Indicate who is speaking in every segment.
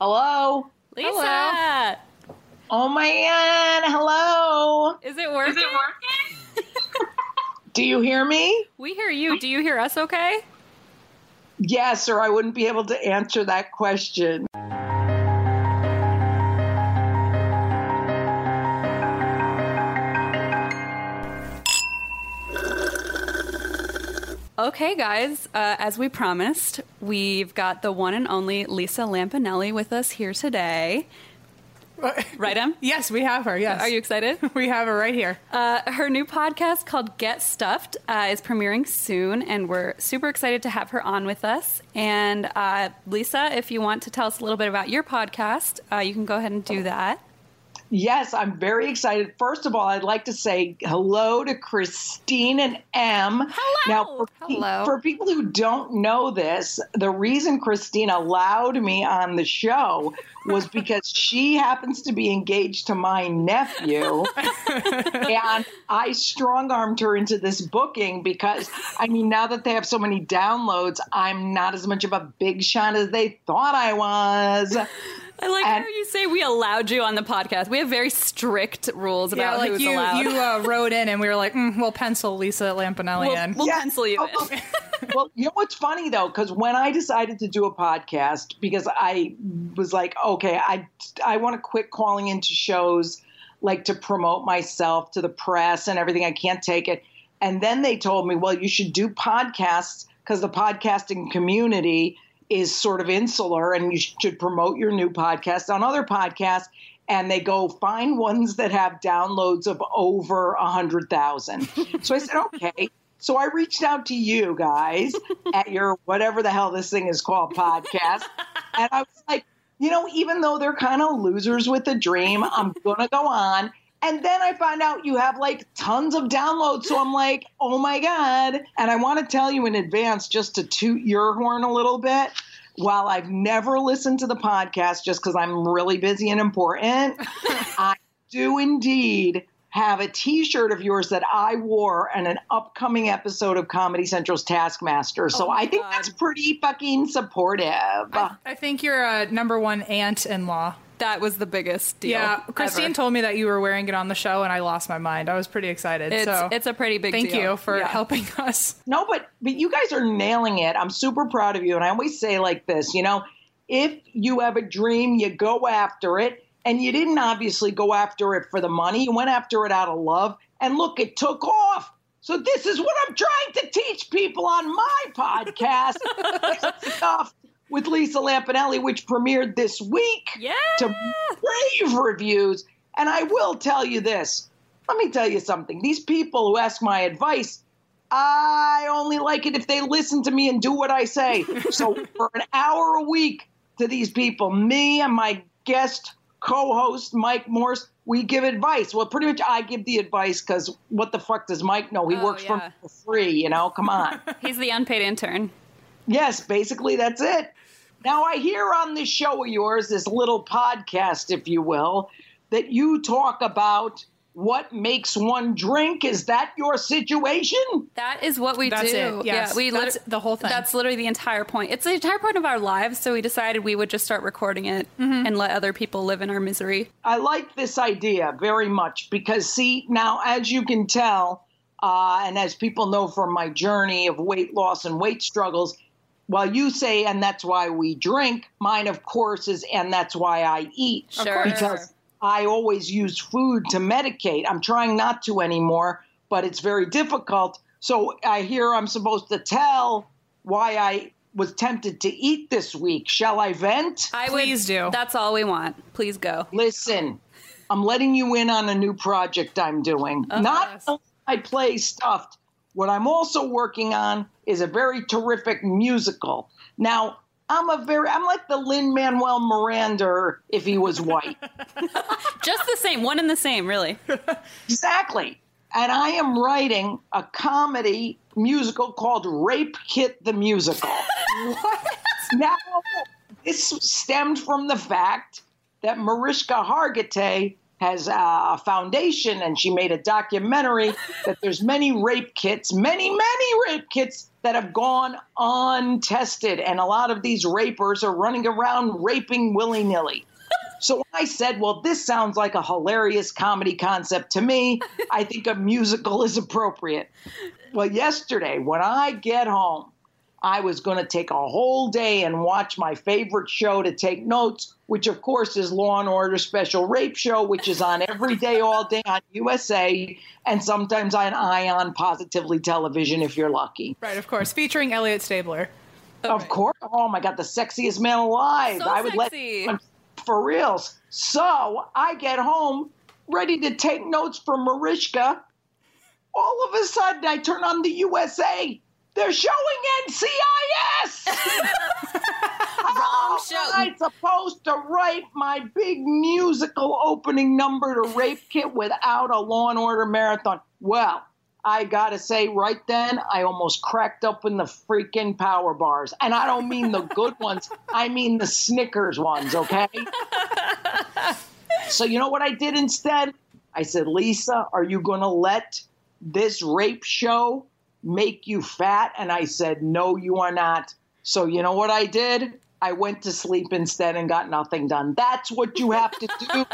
Speaker 1: Hello.
Speaker 2: Lisa,
Speaker 3: Hello.
Speaker 1: Oh man. Hello.
Speaker 2: is it working?
Speaker 1: Do you hear me?
Speaker 2: We hear you. Do you hear us okay?
Speaker 1: Yes, or I wouldn't be able to answer that question.
Speaker 2: Okay, guys, uh, as we promised, we've got the one and only Lisa Lampanelli with us here today. Right, Em?
Speaker 3: Yes, we have her. Yes.
Speaker 2: Are you excited?
Speaker 3: We have her right here.
Speaker 2: Uh, her new podcast called Get Stuffed uh, is premiering soon, and we're super excited to have her on with us. And uh, Lisa, if you want to tell us a little bit about your podcast, uh, you can go ahead and do that.
Speaker 1: Yes, I'm very excited. First of all, I'd like to say hello to Christine and Em.
Speaker 2: Hello.
Speaker 1: Now, for, pe-
Speaker 2: Hello.
Speaker 1: for people who don't know this, the reason Christine allowed me on the show was because she happens to be engaged to my nephew. and I strong armed her into this booking because, I mean, now that they have so many downloads, I'm not as much of a big shot as they thought I was.
Speaker 2: I like
Speaker 1: And-
Speaker 2: how you say we allowed you on the podcast. We have very strict rules about
Speaker 3: Yeah, like
Speaker 2: who's
Speaker 3: you,
Speaker 2: allowed.
Speaker 3: you uh, wrote in, and we were like, mm, "We'll pencil Lisa Lampanelli
Speaker 2: We'll-
Speaker 3: in."
Speaker 2: we'll- pencil you in.
Speaker 1: well, well, you know what's funny though, because when I decided to do a podcast, because I was like, okay, I I want to quit calling into shows like to promote myself to the press and everything. I can't take it. And then they told me, well, you should do podcasts because the podcasting community is sort of insular, and you should promote your new podcast on other podcasts. And they go find ones that have downloads of over a hundred thousand. So I said, okay. So I reached out to you guys at your whatever the hell this thing is called podcast. and I was like, you know, even though they're kind of losers with a dream, I'm going to go on. And then I find out you have like tons of downloads. So I'm like, oh my God. And I want to tell you in advance just to toot your horn a little bit. While I've never listened to the podcast just because I'm really busy and important, I do indeed have a t-shirt of yours that I wore in an upcoming episode of Comedy Central's Taskmaster. So I think that's pretty fucking supportive.
Speaker 3: I think you're uh, number one aunt-in-law.
Speaker 2: that was the biggest deal.
Speaker 3: Yeah, Christine
Speaker 2: ever.
Speaker 3: told me that you were wearing it on the show, and I lost my mind. I was pretty excited.
Speaker 2: It's,
Speaker 3: so
Speaker 2: it's a pretty big
Speaker 3: thank
Speaker 2: deal.
Speaker 3: you for
Speaker 2: Yeah.
Speaker 3: helping us.
Speaker 1: no, but but you guys are nailing it. I'm super proud of you. And I always say like this, you know, if you have a dream, you go after it. And you didn't obviously go after it for the money. You went after it out of love. And look, it took off. So this is what I'm trying to teach people on my podcast. It's Stuff with Lisa Lampanelli, which premiered this week
Speaker 2: Yeah.
Speaker 1: to rave reviews. And I will tell you this. Let me tell you something. These people who ask my advice, I only like it if they listen to me and do what I say. So for an hour a week to these people, me and my guest co-host Mike Morse, we give advice. Well, pretty much I give the advice because what the fuck does Mike know? He
Speaker 2: Oh,
Speaker 1: works
Speaker 2: yeah.
Speaker 1: for, for free, you know. Come on.
Speaker 2: He's the unpaid intern.
Speaker 1: Yes, basically that's it. Now, I hear on this show of yours, this little podcast, if you will, that you talk about what makes one drink? Is that your situation?
Speaker 2: That is what we
Speaker 3: That's
Speaker 2: do.
Speaker 3: it, yes.
Speaker 2: Yeah, we
Speaker 3: That's the whole thing.
Speaker 2: That's literally the entire point. It's the entire point of our lives. So we decided we would just start recording it
Speaker 3: Mm-hmm.
Speaker 2: and let other people live in our misery.
Speaker 1: I like this idea very much because, see, now as you can tell, uh, and as people know from my journey of weight loss and weight struggles, while you say, and that's why we drink, mine, of course, is, and that's why I eat.
Speaker 2: Sure.
Speaker 1: Because I always use food to medicate. I'm trying not to anymore, but it's very difficult. So I hear I'm supposed to tell why I was tempted to eat this week. Shall I vent?
Speaker 2: I
Speaker 3: Please
Speaker 2: would,
Speaker 3: do.
Speaker 2: That's all we want. Please go.
Speaker 1: listen, I'm letting you in on a new project I'm doing. Not only I play stuffed. What I'm also working on is a very terrific musical. Now, I'm a very I'm like the Lin Manuel Miranda if he was white.
Speaker 2: Just the same, one and the same, really.
Speaker 1: exactly. And I am writing a comedy musical called Rape Kit the Musical. Now, this stemmed from the fact that Mariska Hargitay has a foundation and she made a documentary that there's many rape kits, many, many rape kits that have gone untested. And a lot of these rapers are running around raping willy nilly. So I said, well, this sounds like a hilarious comedy concept to me. I think a musical is appropriate. Well, yesterday, when I get home, I was going to take a whole day and watch my favorite show to take notes, which of course is Law and Order Special Rape Show, which is on every day, all day on USA, and sometimes on Ion Positively Television if you're lucky.
Speaker 3: Right, of course, featuring Elliot Stabler.
Speaker 1: Of course. Oh my God, the sexiest man alive.
Speaker 2: So
Speaker 1: I would
Speaker 2: sexy.
Speaker 1: let for reals. So I get home ready to take notes from Marishka. All of a sudden, I turn on the USA. They're showing NCIS.
Speaker 2: Wrong
Speaker 1: I'm supposed to write my big musical opening number to Rape Kit without a Law and Order marathon. Well, I gotta say, right then, I almost cracked up in the freaking power bars. And I don't mean the good ones, I mean the Snickers ones, okay? so, you know what I did instead? I said, Lisa, are you gonna let this rape show make you fat? And I said, No, you are not. So, you know what I did? I went to sleep instead and got nothing done. That's what you have to do.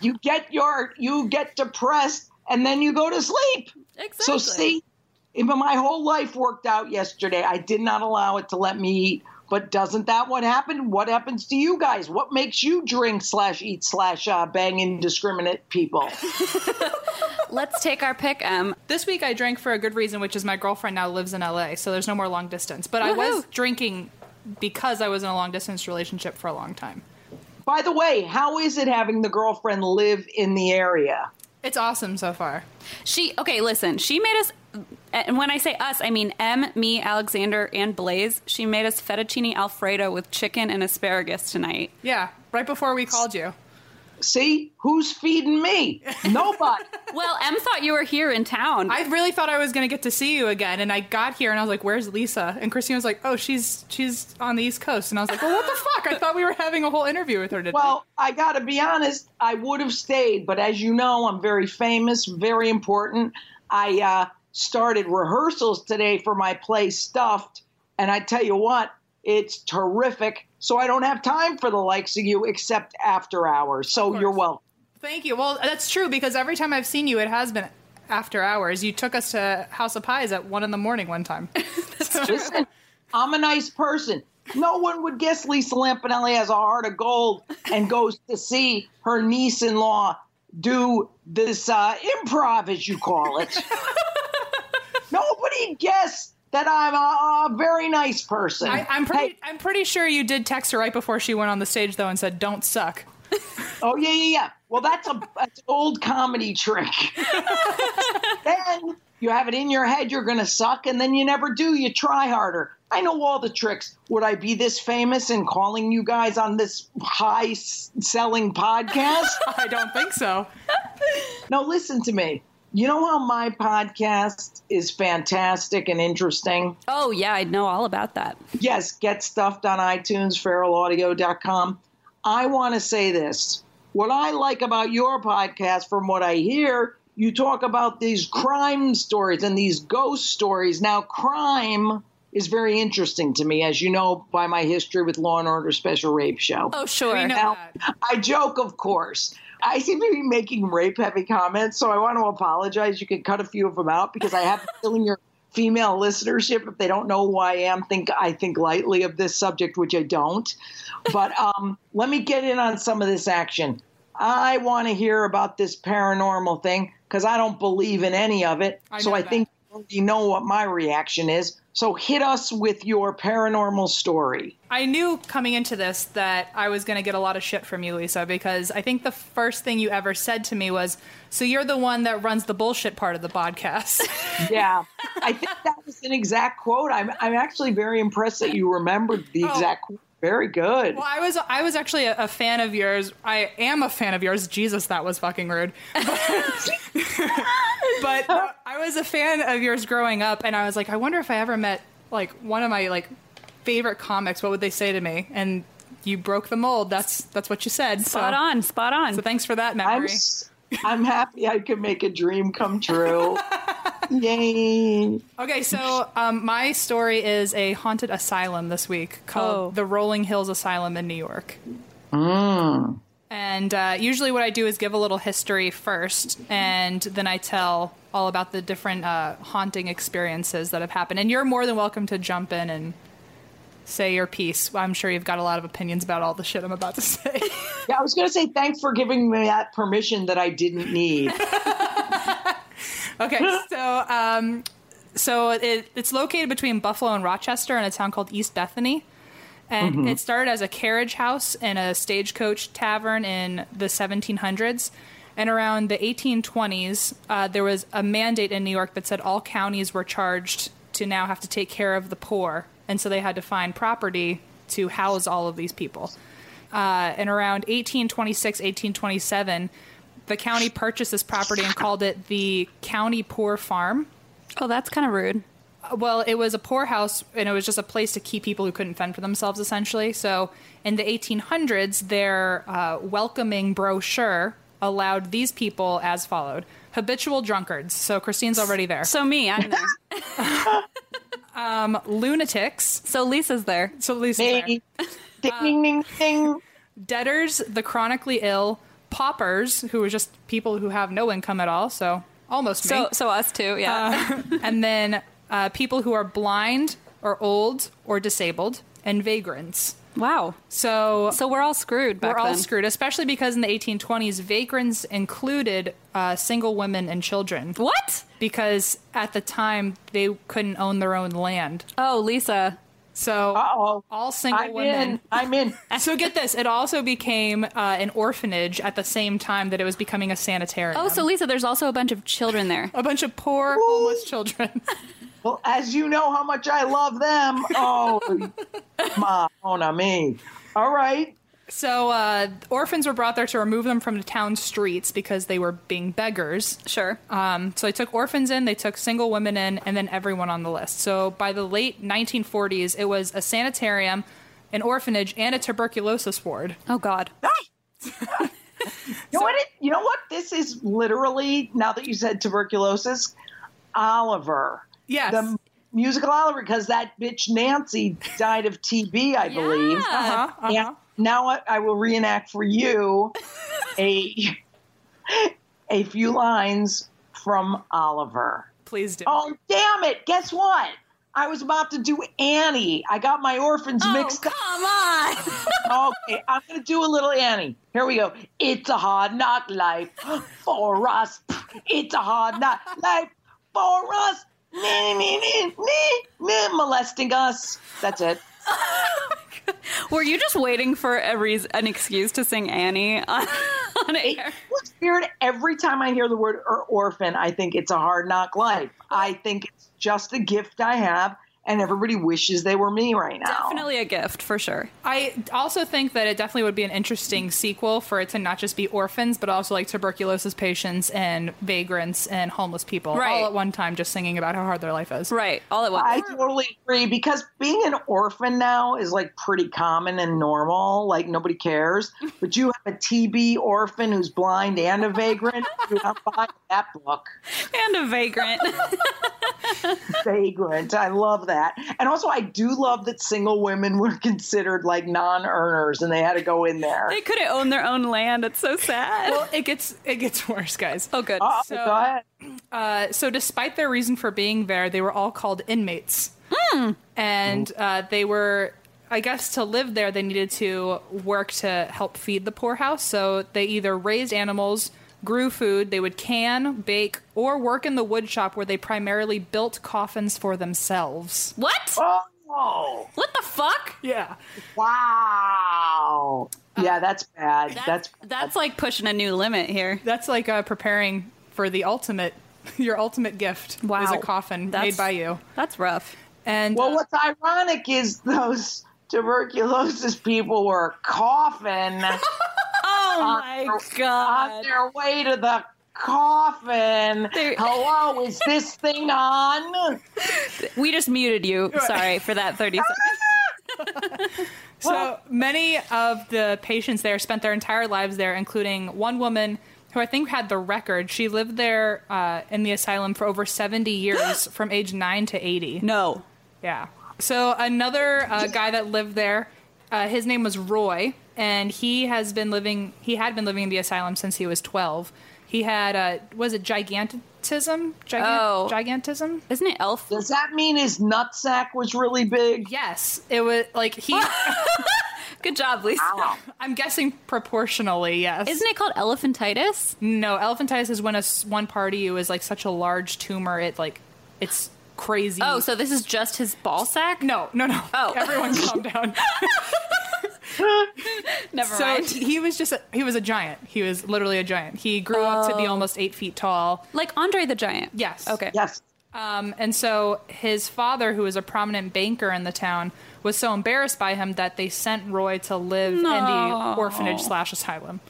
Speaker 1: you get your, you get depressed and then you go to sleep.
Speaker 2: Exactly.
Speaker 1: So, see, even my whole life worked out yesterday. I did not allow it to let me eat. But doesn't that what happen? What happens to you guys? What makes you drink slash eat slash uh, bang indiscriminate people?
Speaker 2: Let's take our pick, Em.
Speaker 3: This week I drank for a good reason, which is my girlfriend now lives in LA, so there's no more long distance. But I was
Speaker 2: Woohoo.
Speaker 3: drinking because I was in a long distance relationship for a long time.
Speaker 1: By the way, how is it having the girlfriend live in the area?
Speaker 3: It's awesome so far.
Speaker 2: She okay, listen. She made us and when I say us, I mean M, me, Alexander, and Blaze. She made us fettuccine alfredo with chicken and asparagus tonight.
Speaker 3: Yeah, right before we called you.
Speaker 1: See, who's feeding me? Nobody.
Speaker 2: Well, Em thought you were here in town.
Speaker 3: I really thought I was going to get to see you again, and I got here and I was like, "Where's Lisa?" And Christine was like, "Oh, she's she's on the East Coast," and I was like, "Well, what the fuck? I thought we were having a whole interview with her today."
Speaker 1: well, I got to be honest, I would have stayed, but as you know, I'm very famous, very important. I uh, started rehearsals today for my play Stuffed, and I tell you what, it's terrific. So I don't have time for the likes of you except after hours. So you're welcome.
Speaker 3: thank you. Well, that's true because every time I've seen you, it has been after hours. You took us to House of Pies at one in the morning one time.
Speaker 1: Listen, I'm a nice person. No one would guess Lisa Lampanelli has a heart of gold and goes to see her niece in law do this uh, improv, as you call it. Nobody guessed that I'm a, a very nice person.
Speaker 3: I, I'm pretty.
Speaker 1: Hey,
Speaker 3: I'm pretty sure you did text her right before she went on the stage though and said, "Don't suck."
Speaker 1: oh, yeah, yeah, yeah. Well, that's, a, that's an old comedy trick. then you have it in your head you're going to suck, and then you never do. You try harder. I know all the tricks. Would I be this famous and calling you guys on this high s- selling podcast?
Speaker 3: I don't think so.
Speaker 1: no, listen to me. You know how my podcast is fantastic and interesting?
Speaker 2: oh yeah, I know all about that.
Speaker 1: yes, get stuffed on iTunes, feralaudio.com. I want to say this. What I like about your podcast, from what I hear, you talk about these crime stories and these ghost stories. Now, crime is very interesting to me, as you know by my history with Law and Order Special Rape Show.
Speaker 2: Oh, sure.
Speaker 3: We know
Speaker 1: Now,
Speaker 3: that.
Speaker 1: I joke, of course. I seem to be making rape heavy comments, so I want to apologize. You can cut a few of them out because I have a feeling your female listenership, if they don't know who I am, think I think lightly of this subject, which I don't. But um, let me get in on some of this action. I want to hear about this paranormal thing because I don't believe in any of it.
Speaker 3: I
Speaker 1: so
Speaker 3: know
Speaker 1: I
Speaker 3: that.
Speaker 1: think you already know what my reaction is. So hit us with your paranormal story.
Speaker 3: I knew coming into this that I was going to get a lot of shit from you, Lisa, because I think the first thing you ever said to me was, "So you're the one that runs the bullshit part of the podcast."
Speaker 1: Yeah, I think that was an exact quote. I'm I'm actually very impressed that you remembered the exact quote. Very good.
Speaker 3: Oh. well, I was I was actually a, a fan of yours. I am a fan of yours. Jesus, that was fucking rude. but uh, I was a fan of yours growing up, and I was like, I wonder if I ever met like one of my like favorite comics. What would they say to me? And you broke the mold. That's that's what you said.
Speaker 2: Spot
Speaker 3: so,
Speaker 2: on. Spot on.
Speaker 3: So thanks for that
Speaker 1: I'm
Speaker 3: memory.
Speaker 1: s- I'm happy I could make a dream come true. Yay!
Speaker 3: Okay, so um, my story is a haunted asylum this week called
Speaker 2: Oh.
Speaker 3: the Rolling Hills Asylum in New York. And uh, usually, what I do is give a little history first, and then I tell all about the different uh, haunting experiences that have happened. And you're more than welcome to jump in and say your piece. I'm sure you've got a lot of opinions about all the shit I'm about to say.
Speaker 1: Yeah, I was gonna say thanks for giving me that permission that I didn't need.
Speaker 3: Okay, so um, so it, it's located between Buffalo and Rochester in a town called East Bethany, and it started as a carriage house and a stagecoach tavern in the 1700s. And around the 1820s, uh, there was a mandate in New York that said all counties were charged to now have to take care of the poor, and so they had to find property to house all of these people uh, and around 1826, 1827, the county purchased this property and called it the County Poor Farm.
Speaker 2: oh, that's kind of rude.
Speaker 3: Uh, Well, it was a poorhouse, and it was just a place to keep people who couldn't fend for themselves, essentially. So, in the 1800s, their uh, welcoming brochure allowed these people as followed: habitual drunkards. So Christine's already there.
Speaker 2: So me, I'm there.
Speaker 3: Lunatics.
Speaker 2: so Lisa's there.
Speaker 3: So Lisa's there.
Speaker 1: Hey, ding, ding, ding, ding.
Speaker 3: debtors, the chronically ill, paupers, who are just people who have no income at all, so almost
Speaker 2: So
Speaker 3: me,
Speaker 2: so us too. Yeah.
Speaker 3: Uh, and then uh, people who are blind or old or disabled, and vagrants.
Speaker 2: wow.
Speaker 3: So,
Speaker 2: So we're all screwed back
Speaker 3: we're all
Speaker 2: then.
Speaker 3: screwed, especially because in the 1820s, vagrants included uh, single women and children.
Speaker 2: What?
Speaker 3: Because at the time they couldn't own their own land,
Speaker 2: Oh, Lisa.
Speaker 3: so
Speaker 1: Uh-oh.
Speaker 3: all single
Speaker 1: I'm
Speaker 3: women.
Speaker 1: in. I'm in.
Speaker 3: So get this, it also became uh, an orphanage at the same time that it was becoming a sanitarium.
Speaker 2: Oh, so Lisa, there's also a bunch of children there.
Speaker 3: a bunch of poor homeless children.
Speaker 1: Well, as you know how much I love them. Oh, my on me. All right.
Speaker 3: So uh, orphans were brought there to remove them from the town streets because they were being beggars.
Speaker 2: Sure.
Speaker 3: Um, so they took orphans in, they took single women in, and then everyone on the list. So by the late 1940s, it was a sanitarium, an orphanage, and a tuberculosis ward.
Speaker 2: oh God.
Speaker 1: You know what? It, you know what? This is literally now that you said tuberculosis, Oliver,
Speaker 3: Yes.
Speaker 1: the musical Oliver, because that bitch Nancy died of TB, I believe.
Speaker 2: Yeah.
Speaker 3: Uh-huh, uh-huh.
Speaker 1: And now I, I will reenact for you a a few lines from Oliver.
Speaker 3: Please do.
Speaker 1: Oh damn it! Guess what? I was about to do Annie. I got my orphans
Speaker 2: Oh,
Speaker 1: mixed up.
Speaker 2: come on.
Speaker 1: Okay, I'm gonna do a little Annie. Here we go. It's a hard knock life for us. It's a hard knock life for us. Me, me, me, me, me, molesting us. That's it.
Speaker 2: Were you just waiting for a reason, an excuse to sing Annie on, on
Speaker 1: It-
Speaker 2: air?
Speaker 1: What's weird? Every time I hear the word or orphan, I think it's a hard knock life. I think it's just a gift I have, and everybody wishes they were me right now.
Speaker 2: Definitely a gift for sure.
Speaker 3: I also think that it definitely would be an interesting sequel for it to not just be orphans, but also like tuberculosis patients and vagrants and homeless people
Speaker 2: Right.
Speaker 3: all at one time, just singing about how hard their life is.
Speaker 2: Right. All at once.
Speaker 1: I totally agree because being an orphan now is like pretty common and normal. Like nobody cares. But you have a TB orphan who's blind and a vagrant. Dude, I'm buying that book.
Speaker 2: and a vagrant.
Speaker 1: Vagrant. I love that. And also, I do love that single women were considered like non earners and they had to go in there.
Speaker 2: they couldn't own their own land. It's so sad.
Speaker 3: Well, it gets it gets worse, guys.
Speaker 2: oh, good.
Speaker 1: Oh,
Speaker 3: so-
Speaker 1: go ahead.
Speaker 3: Uh, so, despite their reason for being there, they were all called inmates,
Speaker 2: Hmm.
Speaker 3: and uh, they were, I guess, to live there, they needed to work to help feed the poorhouse. So they either raised animals, grew food, they would can, bake, or work in the wood shop where they primarily built coffins for themselves.
Speaker 2: what?
Speaker 1: Oh,
Speaker 2: What the fuck?
Speaker 3: Yeah,
Speaker 1: wow. Yeah, that's bad. That's,
Speaker 2: that's like pushing a new limit here.
Speaker 3: that's like uh, preparing for the ultimate, your ultimate gift is
Speaker 2: Wow.
Speaker 3: a coffin
Speaker 2: That's-
Speaker 3: made by you.
Speaker 2: That's rough.
Speaker 3: And
Speaker 1: Well,
Speaker 3: uh,
Speaker 1: what's ironic is those tuberculosis people were coughing
Speaker 2: Oh my
Speaker 1: on
Speaker 2: god.
Speaker 1: their way to the coffin.
Speaker 2: They-
Speaker 1: Hello, is this thing on?
Speaker 2: We just muted you. Sorry for that 30 seconds.
Speaker 3: So many of the patients there spent their entire lives there, including one woman who I think had the record. She lived there uh, in the asylum for over 70 years, from age 9 to 80.
Speaker 2: No.
Speaker 3: Yeah. So another uh, guy that lived there, uh, his name was Roy, and he has been living. He had been living in the asylum since he was 12. He had uh, was it gigantism? Gigant-
Speaker 2: Oh.
Speaker 3: gigantism.
Speaker 2: Isn't it elf?
Speaker 1: Does that mean his nutsack was really big?
Speaker 3: Yes, it was like he.
Speaker 2: Good job, Lisa.
Speaker 1: Wow.
Speaker 3: I'm guessing proportionally. Yes.
Speaker 2: Isn't it called elephantitis?
Speaker 3: No, elephantitis is when a s- one part of you is like such a large tumor, it like it's crazy.
Speaker 2: Oh, so this is just his ball sack?
Speaker 3: no, no, no.
Speaker 2: Oh.
Speaker 3: everyone, calm down.
Speaker 2: never
Speaker 3: so
Speaker 2: mind.
Speaker 3: he was just a, he was a giant. He was literally a giant. He grew up to be
Speaker 2: Oh.
Speaker 3: almost eight feet tall.
Speaker 2: Like Andre the Giant.
Speaker 3: Yes.
Speaker 2: Okay.
Speaker 1: Yes.
Speaker 3: Um, and so his father, who was a prominent banker in the town, was so embarrassed by him that they sent Roy to live in
Speaker 2: No.
Speaker 3: the orphanage slash asylum.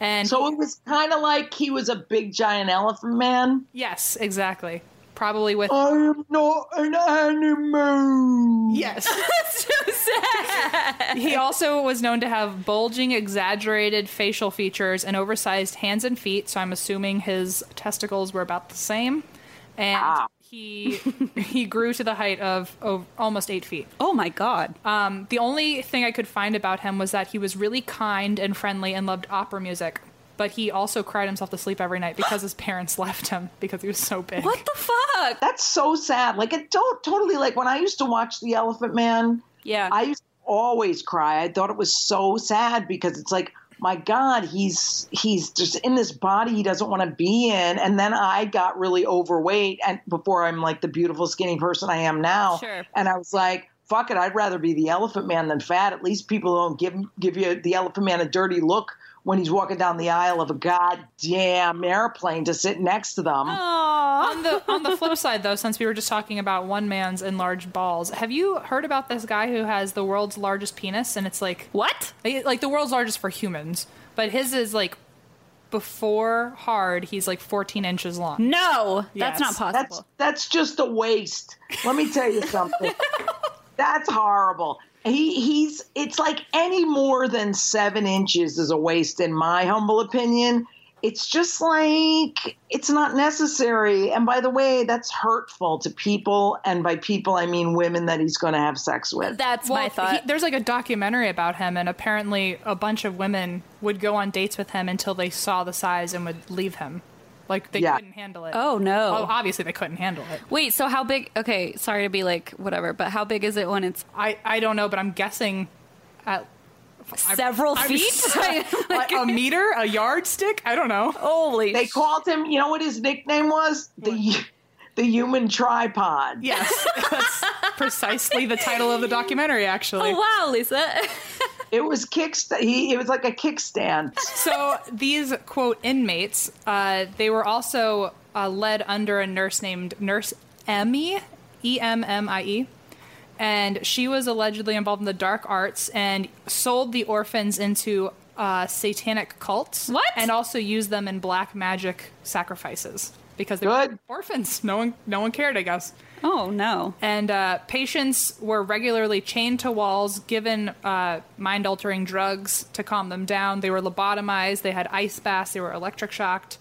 Speaker 3: And
Speaker 1: So it was kind of like he was a big giant elephant man.
Speaker 3: yes, exactly. Probably
Speaker 2: Oh,
Speaker 3: with
Speaker 1: I am not an animal.
Speaker 3: Yes. he also was known to have bulging, exaggerated facial features and oversized hands and feet, so I'm assuming his testicles were about the same. And
Speaker 1: Wow.
Speaker 3: he he grew to the height of, of almost eight feet.
Speaker 2: Oh my god.
Speaker 3: Um, the only thing I could find about him was that he was really kind and friendly and loved opera music, but he also cried himself to sleep every night because his parents left him because he was so big.
Speaker 2: What the fuck?
Speaker 1: That's so sad. Like it don't totally like when I used to watch The Elephant Man.
Speaker 2: Yeah.
Speaker 1: I used to always cry. I thought it was so sad because it's like, my God, he's he's just in this body he doesn't want to be in. And then I got really overweight, and before I'm like the beautiful skinny person I am now.
Speaker 2: Sure.
Speaker 1: And I was like, fuck it, I'd rather be the Elephant Man than fat. At least people don't give give you the Elephant Man a dirty look when he's walking down the aisle of a goddamn airplane to sit next to them.
Speaker 2: Oh, Aww.
Speaker 3: on the on the flip side though since we were just talking about one man's enlarged balls have you heard about this guy who has the world's largest penis and it's like
Speaker 2: What?
Speaker 3: like the world's largest for humans but his is like before hard he's like 14 inches
Speaker 2: Mm,
Speaker 3: long
Speaker 2: No,
Speaker 3: Yes.
Speaker 2: that's not
Speaker 1: That's
Speaker 2: possible.
Speaker 1: that's just a waste. Let me tell you something. that's horrible. He he's it's like any more than seven inches is a waste in my humble opinion. It's just like it's not necessary. And by the way, that's hurtful to people, and by people I mean women that he's going to have sex with.
Speaker 2: That's my
Speaker 3: he-
Speaker 2: thought.
Speaker 3: there's like a documentary about him and apparently a bunch of women would go on dates with him until they saw the size and would leave him like they
Speaker 1: Yeah.
Speaker 3: couldn't handle it
Speaker 2: oh no.
Speaker 3: well, obviously they couldn't handle it
Speaker 2: Wait, so how big? Okay, sorry to be like whatever, but how big is it when it's
Speaker 3: i i don't know but i'm guessing at
Speaker 2: several
Speaker 3: I'm
Speaker 2: feet?
Speaker 3: sorry. Like a meter, a yardstick? I don't know.
Speaker 2: Holy
Speaker 1: They
Speaker 2: sh-
Speaker 1: called him. You know what his nickname was? The the human tripod.
Speaker 3: Yes, that's precisely the title of the documentary. Actually,
Speaker 2: Oh, wow, Lisa.
Speaker 1: It was kickstand. He it was like a kickstand.
Speaker 3: so these quote inmates, uh, they were also uh, led under a nurse named Nurse Emmy, E M M I E, and she was allegedly involved in the dark arts and sold the orphans into uh, satanic cults.
Speaker 2: What?
Speaker 3: And also used them in black magic sacrifices because they
Speaker 1: Good.
Speaker 3: were orphans. No one, no one cared, I guess.
Speaker 2: Oh no.
Speaker 3: And uh, patients were regularly chained to walls, given uh, mind altering drugs to calm them down. They were lobotomized, they had ice baths, they were electric shocked.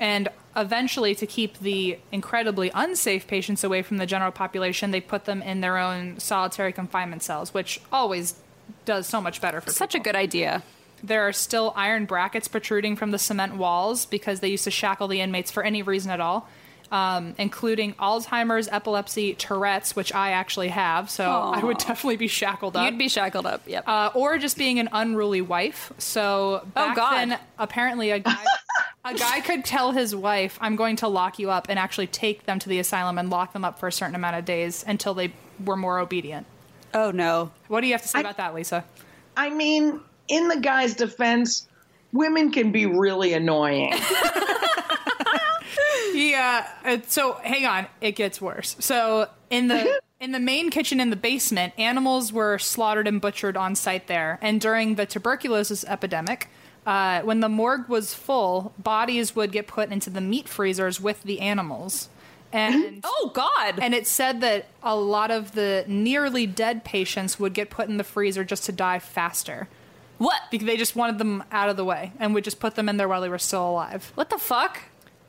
Speaker 3: And eventually, to keep the incredibly unsafe patients away from the general population, they put them in their own solitary confinement cells, which always does so much better for
Speaker 2: Such a
Speaker 3: people.
Speaker 2: good idea.
Speaker 3: There are still iron brackets protruding from the cement walls because they used to shackle the inmates for any reason at all, um, including Alzheimer's, epilepsy, Tourette's, which I actually have, so I would definitely be shackled up.
Speaker 2: You'd be shackled up. Yep.
Speaker 3: uh, or just being an unruly wife. So back
Speaker 2: Oh, God.
Speaker 3: then, apparently a guy. A guy could tell his wife, "I'm going to lock you up," and actually take them to the asylum and lock them up for a certain amount of days until they were more obedient.
Speaker 2: oh no.
Speaker 3: What do you have to say about that, Lisa?
Speaker 1: I mean, in the guy's defense, women can be really annoying.
Speaker 3: Yeah. uh, So hang on, it gets worse. So in the in the main kitchen in the basement, animals were slaughtered and butchered on site there. And during the tuberculosis epidemic, uh, when the morgue was full, bodies would get put into the meat freezers with the animals. And
Speaker 2: Oh God.
Speaker 3: and it said that a lot of the nearly dead patients would get put in the freezer just to die faster.
Speaker 2: what?
Speaker 3: Because they just wanted them out of the way and would just put them in there while they were still alive.
Speaker 2: What the fuck?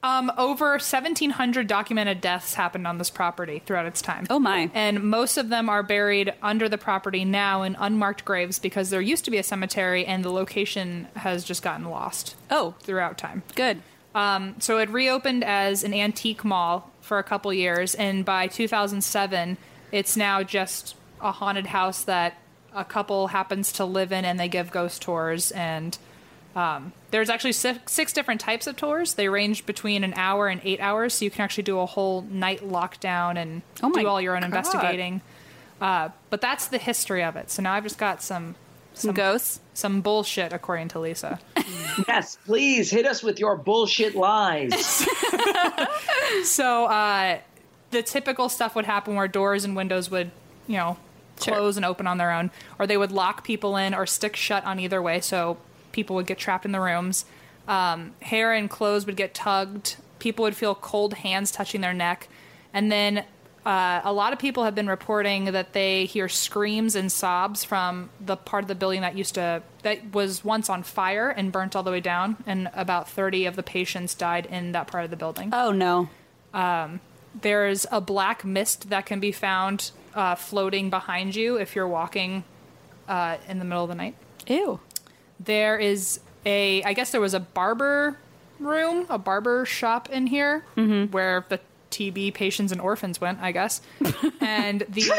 Speaker 3: Um, over 1,700 documented deaths happened on this property throughout its time.
Speaker 2: Oh, my.
Speaker 3: And most of them are buried under the property now in unmarked graves because there used to be a cemetery and the location has just gotten lost
Speaker 2: Oh,
Speaker 3: throughout time.
Speaker 2: good.
Speaker 3: Um, so it reopened as an antique mall for a couple years, and by 2007, it's now just a haunted house that a couple happens to live in, and they give ghost tours. And um, there's actually six, six different types of tours. They range between an hour and eight hours, so you can actually do a whole night lockdown and
Speaker 2: Oh my
Speaker 3: do all your own
Speaker 2: God.
Speaker 3: investigating. Uh, but that's the history of it. So now I've just got some
Speaker 2: Some ghosts.
Speaker 3: some bullshit, according to Lisa.
Speaker 1: yes, please hit us with your bullshit lies.
Speaker 3: So uh, the typical stuff would happen where doors and windows would, you know,
Speaker 2: Sure.
Speaker 3: close and open on their own, or they would lock people in or stick shut on either way, so people would get trapped in the rooms. Um, hair and clothes would get tugged. People would feel cold hands touching their neck, and then uh, a lot of people have been reporting that they hear screams and sobs from the part of the building that used to that was once on fire and burnt all the way down, and about thirty of the patients died in that part of the building
Speaker 2: Oh no.
Speaker 3: there's a black mist that can be found uh, floating behind you if you're walking uh, in the middle of the night.
Speaker 2: Ew.
Speaker 3: There is a, I guess there was a barber room, a barber shop in here where the TB patients and orphans went, I guess. and the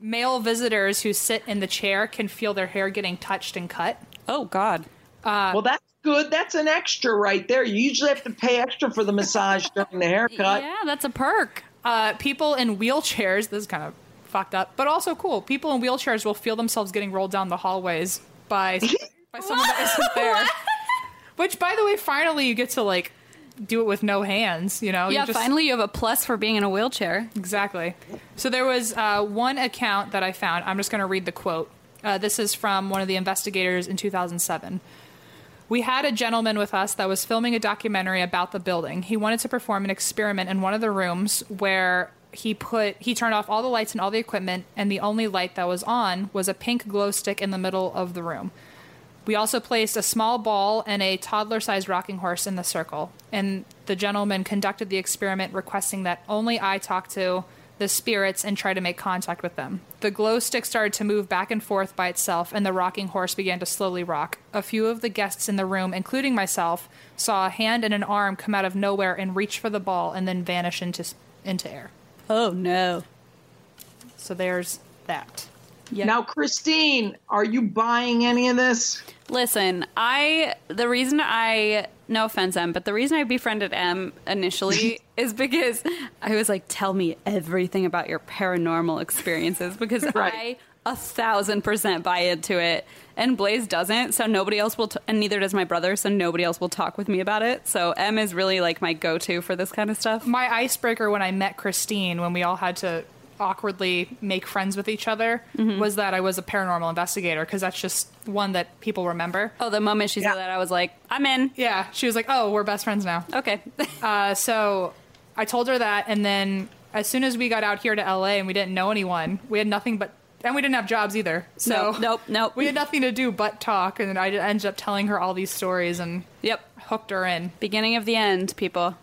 Speaker 3: male visitors who sit in the chair can feel their hair getting touched and cut.
Speaker 2: Oh God.
Speaker 1: well, that's good. That's an extra right there. You usually have to pay extra for the massage during the haircut.
Speaker 2: Yeah, that's a perk.
Speaker 3: uh, people in wheelchairs. This is kind of fucked up, but also cool. People in wheelchairs will feel themselves getting rolled down the hallways by by someone that isn't there. Which, by the way, finally you get to like do it with no hands. You know, You
Speaker 2: yeah,
Speaker 3: just-
Speaker 2: finally you have a plus for being in a wheelchair.
Speaker 3: Exactly. So there was uh, one account that I found. I'm just going to read the quote. Uh, this is from one of the investigators in 2007. We had a gentleman with us that was filming a documentary about the building. He wanted to perform an experiment in one of the rooms where he put he turned off all the lights and all the equipment and the only light that was on was a pink glow stick in the middle of the room. We also placed a small ball and a toddler sized rocking horse in the circle. And the gentleman conducted the experiment, requesting that only I talk to the spirits and try to make contact with them. The glow stick started to move back and forth by itself, and the rocking horse began to slowly rock. A few of the guests in the room, including myself, saw a hand and an arm come out of nowhere and reach for the ball and then vanish into, into air.
Speaker 2: Oh no.
Speaker 3: So there's that.
Speaker 1: Now, Christine, are you buying any of this?
Speaker 2: Listen, I the reason I no offense M, but the reason I befriended M initially is because I was like, tell me everything about your paranormal experiences because
Speaker 1: Right.
Speaker 2: I a thousand percent buy into it, and Blaze doesn't, so nobody else will, t- and neither does my brother, so nobody else will talk with me about it. So M is really like my go-to for this kind of stuff.
Speaker 3: my icebreaker when I met Christine, when we all had to awkwardly make friends with each other
Speaker 2: Mm-hmm.
Speaker 3: was that I was a paranormal investigator because that's just one that people remember.
Speaker 2: Oh, the moment she
Speaker 1: Yeah.
Speaker 2: said that, I was like, I'm in.
Speaker 3: Yeah, she was like, "Oh, we're best friends now."
Speaker 2: Okay.
Speaker 3: Uh, so I told her that, and then as soon as we got out here to LA and we didn't know anyone, we had nothing but, and we didn't have jobs either. So
Speaker 2: Nope, nope, nope.
Speaker 3: We had nothing to do but talk, and I ended up telling her all these stories and
Speaker 2: yep.
Speaker 3: hooked her in.
Speaker 2: Beginning of the end, people.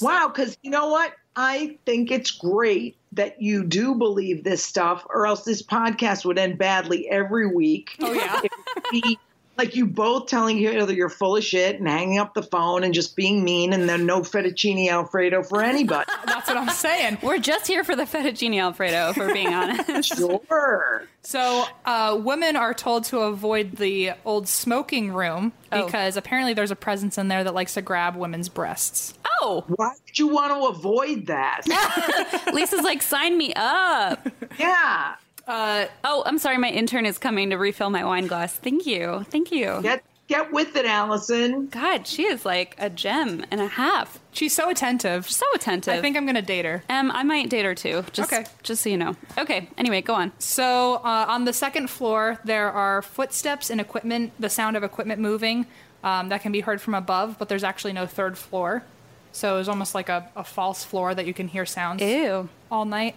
Speaker 1: Wow, because you know what? I think it's great that you do believe this stuff, or else this podcast would end badly every week.
Speaker 3: Oh yeah,
Speaker 1: It would be like you both telling each other you're full of shit and hanging up the phone and just being mean, and then no fettuccine alfredo for anybody.
Speaker 3: that's what I'm saying.
Speaker 2: We're just here for the fettuccine alfredo, if we're being honest.
Speaker 1: sure.
Speaker 3: So uh, women are told to avoid the old smoking room
Speaker 2: Oh.
Speaker 3: because apparently there's a presence in there that likes to grab women's breasts.
Speaker 2: oh,
Speaker 1: Why would you want to avoid that?
Speaker 2: Lisa's like, sign me up.
Speaker 1: yeah.
Speaker 2: Oh, I'm sorry, my intern is coming to refill my wine glass. Thank you. Thank you.
Speaker 1: Get get with it, Allison.
Speaker 2: God, she is like a gem and a half.
Speaker 3: She's so attentive.
Speaker 2: So attentive.
Speaker 3: I think I'm gonna date her.
Speaker 2: Um, I might date her too. Just,
Speaker 3: Okay.
Speaker 2: Just so you know. Okay. Anyway, go on.
Speaker 3: So uh, on the second floor, there are footsteps and equipment, the sound of equipment moving um, that can be heard from above, but there's actually no third floor. So it's almost like a, a false floor that you can hear sounds
Speaker 2: Ew.
Speaker 3: all night.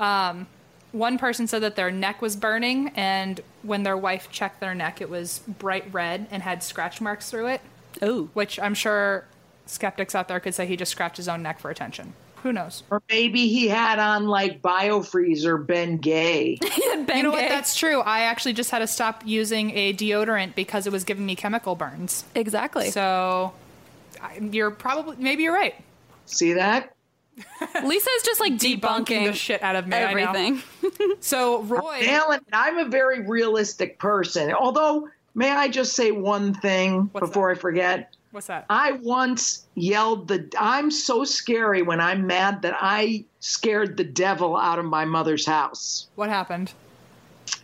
Speaker 3: Um, one person said that their neck was burning, and when their wife checked their neck, it was bright red and had scratch marks through it,
Speaker 2: Oh.
Speaker 3: which I'm sure skeptics out there could say he just scratched his own neck for attention. Who knows?
Speaker 1: Or maybe he had on like biofreeze or Ben Gay.
Speaker 3: You know what? That's true. I actually just had to stop using a deodorant because it was giving me chemical burns.
Speaker 2: exactly.
Speaker 3: So I, you're probably maybe you're right.
Speaker 1: See that?
Speaker 2: Lisa is just like debunking,
Speaker 3: Bunking the shit out of me. I know.
Speaker 2: everything.
Speaker 3: So Roy,
Speaker 1: Alan, I'm a very realistic person. Although, may I just say one thing
Speaker 3: What's
Speaker 1: before I forget?
Speaker 3: what's that?
Speaker 1: I once yelled the I'm so scary when I'm mad that I scared the devil out of my mother's house.
Speaker 3: What happened?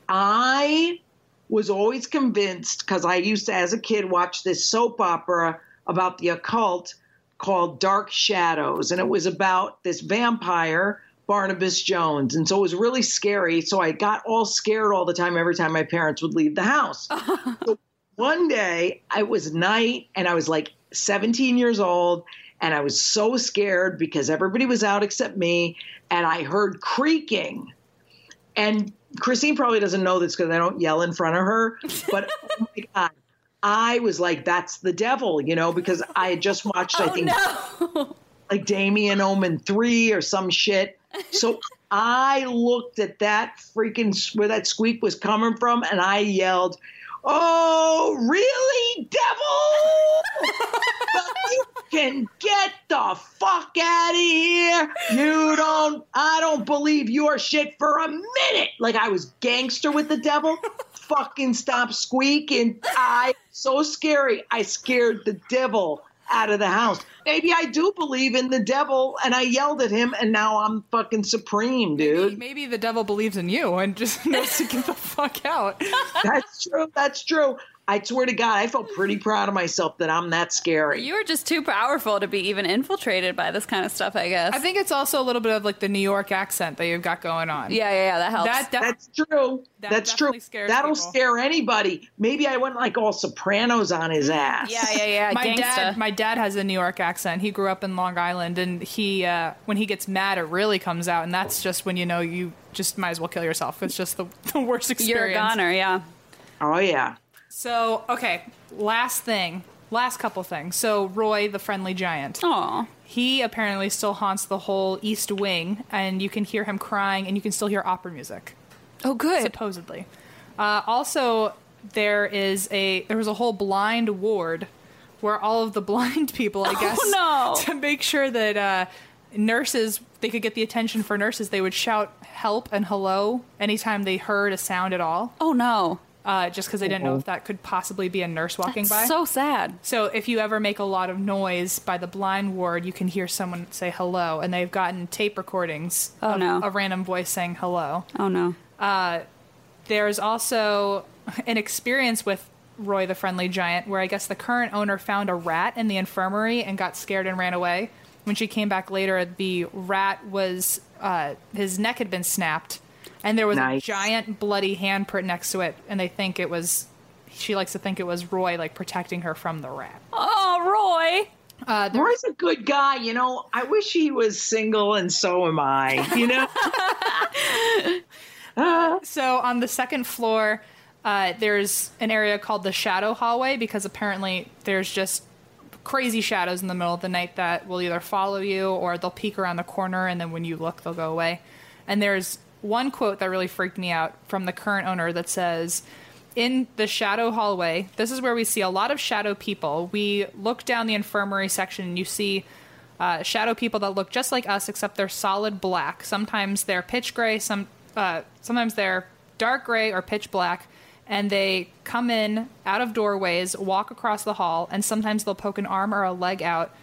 Speaker 1: I was always convinced because I used to, as a kid, watch this soap opera about the occult called Dark Shadows, and it was about this vampire, Barnabas Jones. And so it was really scary. So I got all scared all the time every time my parents would leave the house. So one day, it was night, and I was like 17 years old. And I was so scared because everybody was out except me. And I heard creaking and Christine probably doesn't know this because I don't yell in front of her, but oh my God, I was like, that's the devil, you know, because I had just watched, I think, like Damien Omen 3 or some shit. So I looked at that freaking, where that squeak was coming from, and I yelled, Oh, really, devil? Well, you can get the fuck out of here. You don't, I don't believe your shit for a minute. Like I was gangster with the devil. Fucking stop squeaking. I, so scary. I scared the devil out of the house. Maybe I do believe in the devil and I yelled at him and now I'm fucking supreme, dude.
Speaker 3: Maybe the devil believes in you and just knows to get the fuck out.
Speaker 1: That's true. That's true. I swear to God, I felt pretty proud of myself that I'm that scary.
Speaker 2: You are just too powerful to be even infiltrated by this kind of stuff, I guess.
Speaker 3: I think it's also a little bit of like the New York accent that you've got going on.
Speaker 2: yeah, yeah, yeah. That helps.
Speaker 3: That, def-
Speaker 1: That's true.
Speaker 3: That
Speaker 1: That's true.
Speaker 3: definitely scares
Speaker 1: That'll
Speaker 3: people.
Speaker 1: scare anybody. Maybe I went like all Sopranos on his ass.
Speaker 2: yeah, yeah, yeah.
Speaker 3: my
Speaker 2: gangsta.
Speaker 3: dad my dad has a New York accent. He grew up in Long Island and he uh, when he gets mad it really comes out and that's just when you know you just might as well kill yourself. It's just the, the worst experience.
Speaker 2: You're a goner, yeah.
Speaker 1: Oh yeah.
Speaker 3: So, okay, last thing. Last couple things. So, Roy the friendly giant.
Speaker 2: Aw.
Speaker 3: He apparently still haunts the whole East Wing and you can hear him crying and you can still hear opera music.
Speaker 2: Oh, good.
Speaker 3: supposedly. Uh, also, there is a there was a whole blind ward where all of the blind people, I guess,
Speaker 2: Oh, no.
Speaker 3: to make sure that uh, nurses they could get the attention for nurses, they would shout help and hello anytime they heard a sound at all,
Speaker 2: oh, no.
Speaker 3: uh, just because they didn't know if that could possibly be a nurse walking
Speaker 2: That's
Speaker 3: by.
Speaker 2: so sad.
Speaker 3: So if you ever make a lot of noise by the blind ward, you can hear someone say hello, and they've gotten tape recordings
Speaker 2: Oh,
Speaker 3: of
Speaker 2: no.
Speaker 3: a random voice saying hello
Speaker 2: Oh, no.
Speaker 3: there's also an experience with Roy the Friendly Giant where I guess the current owner found a rat in the infirmary and got scared and ran away. When she came back later, the rat was uh, his neck had been snapped, and there was
Speaker 1: Nice.
Speaker 3: a giant bloody handprint next to it, and they think it was. She likes to think it was Roy, like protecting her from the rat.
Speaker 2: Oh, Roy.
Speaker 3: Uh, there-
Speaker 1: Roy's a good guy, you know. I wish he was single, and so am I. You know,
Speaker 3: so on the second floor, uh, there's an area called the shadow hallway because apparently there's just crazy shadows in the middle of the night that will either follow you or they'll peek around the corner and then when you look they'll go away. And there's one quote that really freaked me out from the current owner that says, "In the shadow hallway, this is where we see a lot of shadow people. We look down the infirmary section and you see." Uh, shadow people that look just like us, except they're solid black. Sometimes they're pitch gray. Some uh, sometimes they're dark gray or pitch black and they come in out of doorways, walk across the hall, and sometimes they'll poke an arm or a leg out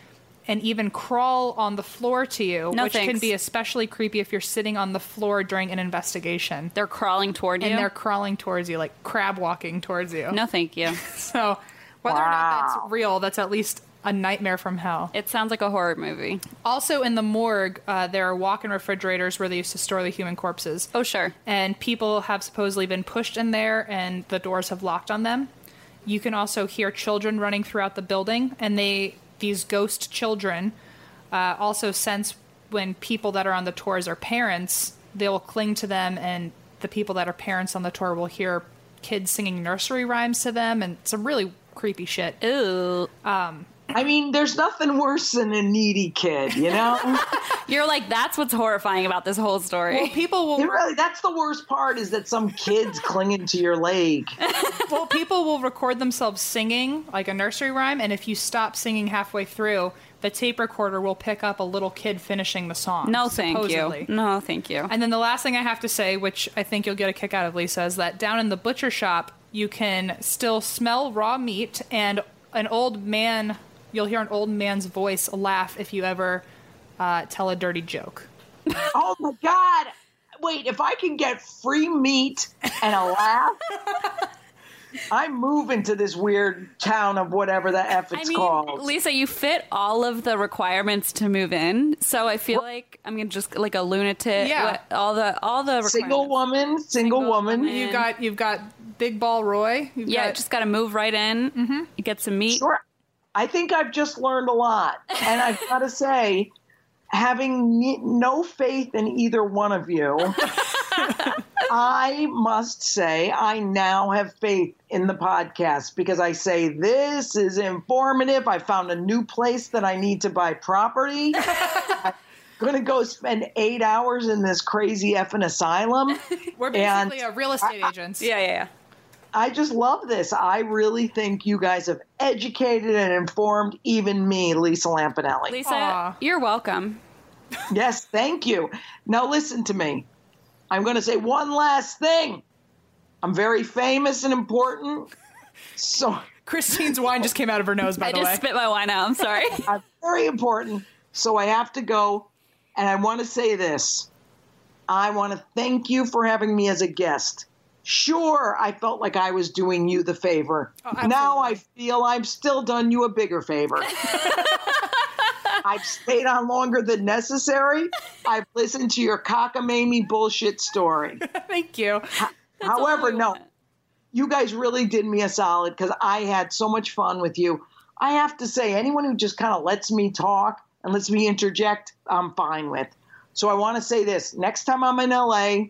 Speaker 3: and even crawl on the floor to you,
Speaker 2: No
Speaker 3: which can
Speaker 2: thanks.
Speaker 3: be especially creepy if you're sitting on the floor during an investigation.
Speaker 2: They're crawling toward you.
Speaker 3: And they're crawling towards you, like crab walking towards you.
Speaker 2: no, thank you.
Speaker 3: So, whether or not
Speaker 1: Wow.
Speaker 3: that's real, that's at least a nightmare from hell.
Speaker 2: It sounds like a horror movie.
Speaker 3: Also, in the morgue, uh, there are walk in refrigerators where they used to store the human corpses
Speaker 2: Oh, sure.
Speaker 3: and people have supposedly been pushed in there and the doors have locked on them. You can also hear children running throughout the building, and they these ghost children uh, also sense when people that are on the tours are parents. They will cling to them, and the people that are parents on the tour will hear kids singing nursery rhymes to them, and some really creepy shit.
Speaker 2: Ooh.
Speaker 1: I mean, there's nothing worse than a needy kid. You know,
Speaker 2: You're like, that's what's horrifying about this whole story.
Speaker 3: Well, people will
Speaker 1: It really, that's the worst part is that some kids clinging to your leg.
Speaker 3: well, people will record themselves singing like a nursery rhyme, and if you stop singing halfway through, the tape recorder will pick up a little kid finishing the song.
Speaker 2: no, thank
Speaker 3: supposedly.
Speaker 2: you. Mm. No, thank you.
Speaker 3: And then the last thing I have to say, which I think you'll get a kick out of, Lisa, is that down in the butcher shop, you can still smell raw meat, and an old man, you'll hear an old man's voice laugh if you ever uh, tell a dirty joke.
Speaker 1: Oh my god! Wait, if I can get free meat and a laugh, I'm moving to this weird town of whatever the f
Speaker 2: I
Speaker 1: it's
Speaker 2: mean,
Speaker 1: called.
Speaker 2: Lisa, you fit all of the requirements to move in, so I feel like I'm gonna just like a lunatic.
Speaker 3: Yeah.
Speaker 2: what- all the all the
Speaker 1: single
Speaker 2: requirements.
Speaker 1: woman, single,
Speaker 2: Single
Speaker 1: woman.
Speaker 2: woman.
Speaker 3: You've got you've got Big Ball Roy. You've
Speaker 2: Yeah,
Speaker 3: got,
Speaker 2: just gotta move right in, mm-hmm. get some meat.
Speaker 1: Sure. I think I've just learned a lot, and I've got to say, having ne- no faith in either one of you, I must say I now have faith in the podcast because I say this is informative. I found a new place that I need to buy property. I'm Gonna go spend eight hours in this crazy effing asylum.
Speaker 3: we're
Speaker 1: and-
Speaker 3: basically a real estate agents.
Speaker 2: Yeah, yeah, yeah.
Speaker 1: I just love this. I really think you guys have educated and informed even me, Lisa Lampanelli.
Speaker 2: Lisa,
Speaker 3: Aw.
Speaker 2: you're welcome.
Speaker 1: Yes, thank you. Now listen to me. I'm going to say one last thing. I'm very famous and important. So
Speaker 3: Christine's wine just came out of her nose, by
Speaker 2: I
Speaker 3: the
Speaker 2: just
Speaker 3: way.
Speaker 2: spit my wine out. I'm sorry.
Speaker 1: I'm very important. So I have to go. And I want to say this. I want to thank you for having me as a guest. Sure, I felt like I was doing you the favor. now I feel I've still done you a bigger favor. I've stayed on longer than necessary. I've listened to your cockamamie bullshit story.
Speaker 3: Thank you.
Speaker 1: However,
Speaker 2: we
Speaker 1: no,
Speaker 2: want.
Speaker 1: you guys really did me a solid because I had so much fun with you. I have to say, anyone who just kind of lets me talk and lets me interject, I'm fine with. So I want to say this next time I'm in LA,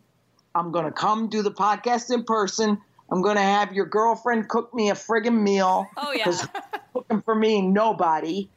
Speaker 1: I'm going to come do the podcast in person. I'm going to have your girlfriend cook me a friggin' meal.
Speaker 2: Oh, yeah.
Speaker 1: 'cause cooking for me, nobody.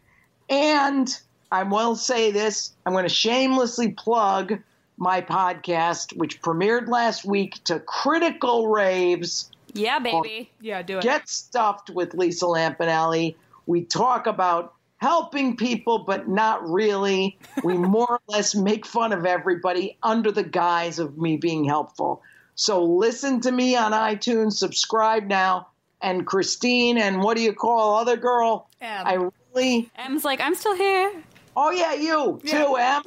Speaker 1: And I will say this I'm going to shamelessly plug my podcast, which premiered last week to critical raves.
Speaker 2: Yeah, baby.
Speaker 3: Yeah, do it.
Speaker 1: Get stuffed with Lisa Lampanelli. We talk about helping people, but not really. We more or less make fun of everybody under the guise of me being helpful. So listen to me on iTunes, subscribe now. And Christine, and what do you call other girl?
Speaker 3: Em.
Speaker 1: I really
Speaker 2: Em's like, I'm still here.
Speaker 1: Oh yeah, you too, Em.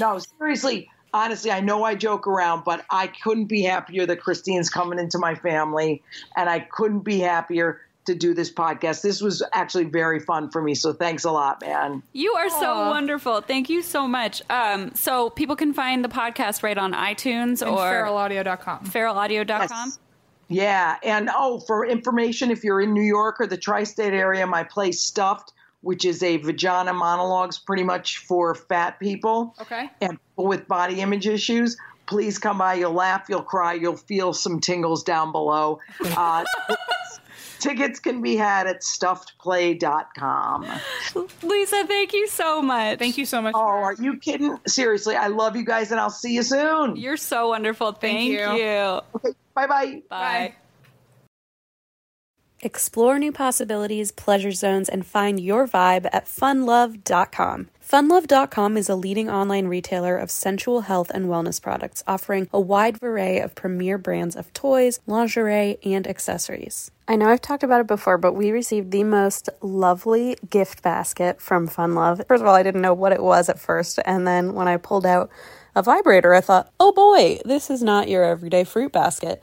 Speaker 1: no, seriously, honestly, I know I joke around, but I couldn't be happier that Christine's coming into my family, and I couldn't be happier to do this podcast. This was actually very fun for me. So thanks a lot, man.
Speaker 2: You are so wonderful. Thank you so much. Um, so people can find the podcast right on iTunes
Speaker 3: And
Speaker 2: or
Speaker 3: feralaudio.com.
Speaker 2: feralaudio.com.
Speaker 1: Yes. Yeah. And oh, for information, if you're in New York or the tri state area, my place, Stuffed, which is a vagina monologues pretty much for fat people
Speaker 3: Okay.
Speaker 1: and people with body image issues. Please come by. You'll laugh, you'll cry, you'll feel some tingles down below. Uh, tickets can be had at stuffedplay.com.
Speaker 2: Lisa, thank you so much.
Speaker 3: Thank you so much.
Speaker 1: Oh, are you kidding? Seriously, I love you guys, and I'll see you soon.
Speaker 2: You're so wonderful. Thank,
Speaker 3: you.
Speaker 2: you.
Speaker 1: Bye bye.
Speaker 2: Bye.
Speaker 4: Explore new possibilities, pleasure zones, and find your vibe at funlove.com. Funlove.com is a leading online retailer of sensual health and wellness products, offering a wide array of premier brands of toys, lingerie, and accessories. I know I've talked about it before, but we received the most lovely gift basket from Funlove. First of all, I didn't know what it was at first, and then when I pulled out a vibrator, I thought, oh boy, this is not your everyday fruit basket.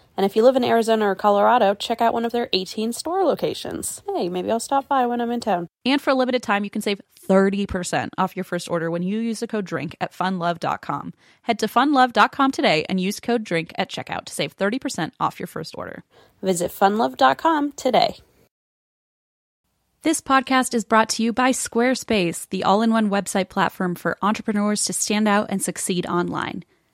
Speaker 4: And if you live in Arizona or Colorado, check out one of their 18 store locations. Hey, maybe I'll stop by when I'm in town.
Speaker 5: And for a limited time, you can save 30% off your first order when you use the code DRINK at funlove.com. Head to funlove.com today and use code DRINK at checkout to save 30% off your first order.
Speaker 4: Visit funlove.com today.
Speaker 5: This podcast is brought to you by Squarespace, the all in one website platform for entrepreneurs to stand out and succeed online.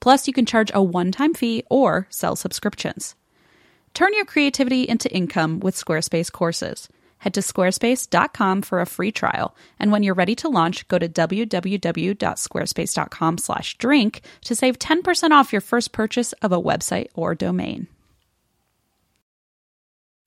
Speaker 5: Plus, you can charge a one time fee or sell subscriptions. Turn your creativity into income with Squarespace courses. Head to squarespace.com for a free trial, and when you're ready to launch, go to www.squarespace.com/drink to save 10% off your first purchase of a website or domain.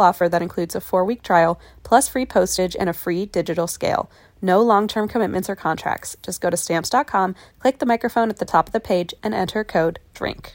Speaker 4: offer that includes a four week trial, plus free postage and a free digital scale. No long term commitments or contracts. Just go to stamps.com, click the microphone at the top of the page, and enter code DRINK.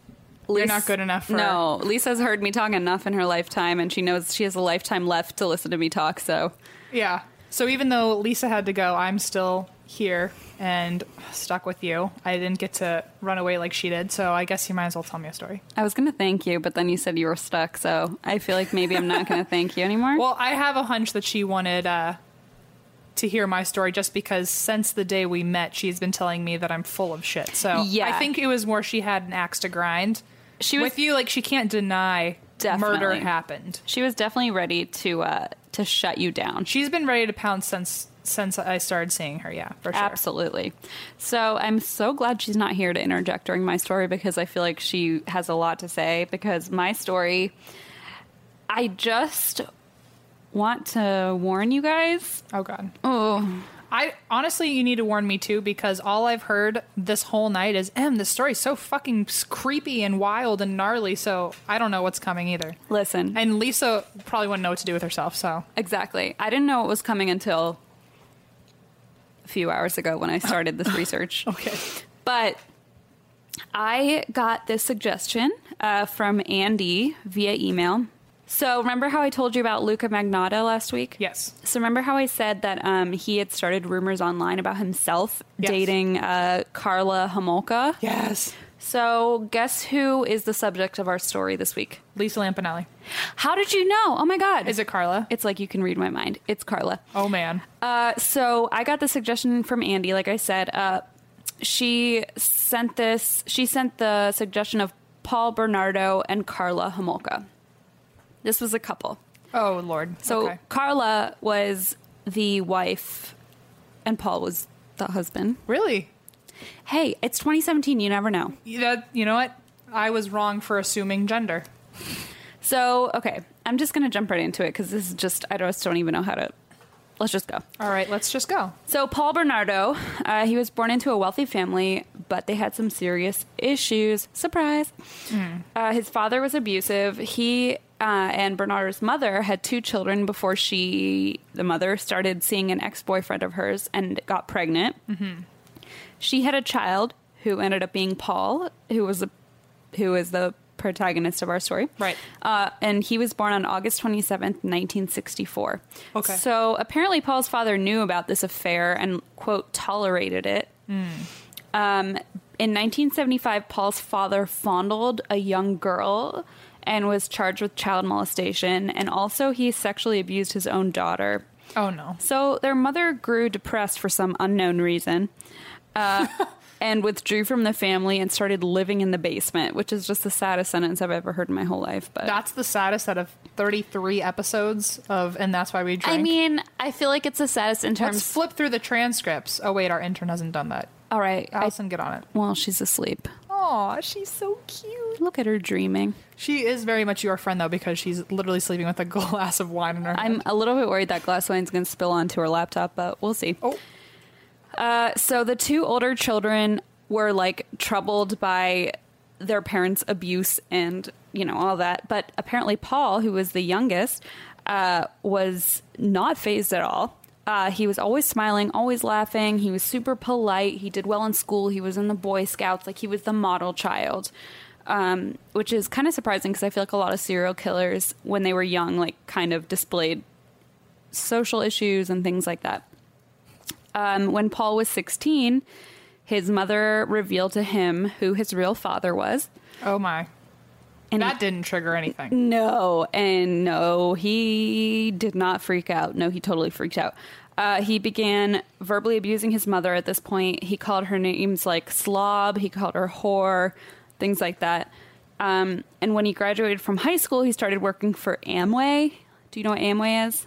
Speaker 3: You're not good enough for-
Speaker 2: no, Lisa's heard me talk enough in her lifetime, and she knows she has a lifetime left to listen to me talk. So
Speaker 3: Yeah. So even though Lisa had to go, I'm still here and stuck with you. I didn't get to run away like she did, so I guess you might as well tell me a story.
Speaker 2: I was gonna thank you, but then you said you were stuck. So I feel like maybe I'm not gonna thank you anymore.
Speaker 3: Well, I have a hunch that she wanted uh, to hear my story just because since the day we met, she's been telling me that I'm full of shit. So
Speaker 2: Yeah.
Speaker 3: I think it was more she had an axe to grind.
Speaker 2: She was-
Speaker 3: with you, like she can't deny murder
Speaker 2: Definitely.
Speaker 3: happened.
Speaker 2: she was definitely ready to uh, to shut you down.
Speaker 3: She's been ready to pound since since I started seeing her. Yeah, for sure.
Speaker 2: Absolutely. So I'm so glad she's not here to interject during my story because I feel like she has a lot to say. Because my story, I just want to warn you guys.
Speaker 3: Oh god.
Speaker 2: Oh,
Speaker 3: I honestly, you need to warn me too because all I've heard this whole night is, "Em, this story's so fucking s- creepy and wild and gnarly." So I don't know what's coming either.
Speaker 2: listen.
Speaker 3: And Lisa probably wouldn't know what to do with herself. So
Speaker 2: Exactly. I didn't know it was coming until a few hours ago when I started this research.
Speaker 3: okay,
Speaker 2: But I got this suggestion uh, from Andy via email. So remember how I told you about Luca Magnotta last week?
Speaker 3: yes,
Speaker 2: So remember how I said that um, he had started rumors online about himself
Speaker 3: Yes.
Speaker 2: dating uh, Carla Homolka?
Speaker 3: yes,
Speaker 2: So guess who is the subject of our story this week?
Speaker 3: Lisa Lampanelli.
Speaker 2: How did you know? Oh my God!
Speaker 3: Is it Carla?
Speaker 2: It's like you can read my mind. It's Carla.
Speaker 3: oh man,
Speaker 2: Uh, so I got the suggestion from Andy. Like I said, uh, she sent this. She sent the suggestion of Paul Bernardo and Carla Homolka. This was a couple.
Speaker 3: oh lord.
Speaker 2: So
Speaker 3: Okay.
Speaker 2: Carla was the wife, and Paul was the husband.
Speaker 3: really,
Speaker 2: Hey, it's 2017. You never know.
Speaker 3: you know, you know what? I was wrong for assuming gender.
Speaker 2: So okay, I'm just gonna jump right into it because this is just I just don't even know how to. Let's just go.
Speaker 3: All right, let's just go.
Speaker 2: So Paul Bernardo, uh, he was born into a wealthy family, but they had some serious issues. Surprise! Uh, his father was abusive. He uh, and Bernardo's mother had two children before she, the mother, started seeing an ex-boyfriend of hers and got pregnant.
Speaker 3: Mm-hmm.
Speaker 2: She had a child who ended up being Paul, who was the, who is the protagonist of our story,
Speaker 3: Right.
Speaker 2: Uh, and he was born on August twenty seventh, nineteen sixty four.
Speaker 3: Okay.
Speaker 2: So apparently, Paul's father knew about this affair and, quote, tolerated it. Um, in 1975, Paul's father fondled a young girl and was charged with child molestation. And also, he sexually abused his own daughter.
Speaker 3: Oh no,
Speaker 2: So their mother grew depressed for some unknown reason. Uh, And withdrew from the family and started living in the basement, which is just the saddest sentence I've ever heard in my whole life. But
Speaker 3: that's the saddest out of thirty-three episodes of, and that's why we drank.
Speaker 2: I mean, I feel like it's the saddest in terms.
Speaker 3: Let's flip through the transcripts. Oh wait, our intern hasn't done that.
Speaker 2: All right, I
Speaker 3: Allison, get on it.
Speaker 2: Well, she's asleep.
Speaker 3: Oh, she's so cute.
Speaker 2: Look at her dreaming.
Speaker 3: She is very much your friend though, because she's literally sleeping with a glass of wine in her. hand.
Speaker 2: I'm a little bit worried that glass wine's going to spill onto her laptop, but we'll see.
Speaker 3: Oh.
Speaker 2: Uh, so the two older children were like troubled by their parents' abuse and, you know, all that. But apparently, Paul, who was the youngest, uh, was not phased at all. Uh, he was always smiling, always laughing. He was super polite. He did well in school. He was in the Boy Scouts. Like, he was the model child um, which is kind of surprising because I feel like a lot of serial killers, when they were young, like kind of displayed social issues and things like that. Um, when Paul was 16, his mother revealed to him who his real father was.
Speaker 3: oh my.
Speaker 2: And Mm.
Speaker 3: that didn't trigger anything.
Speaker 2: No, and no, he did not freak out. No, he totally freaked out. Uh, he began verbally abusing his mother at this point. He called her names like slob, he called her whore, things like that. Um, and when he graduated from high school, he started working for Amway. Do you know what Amway is?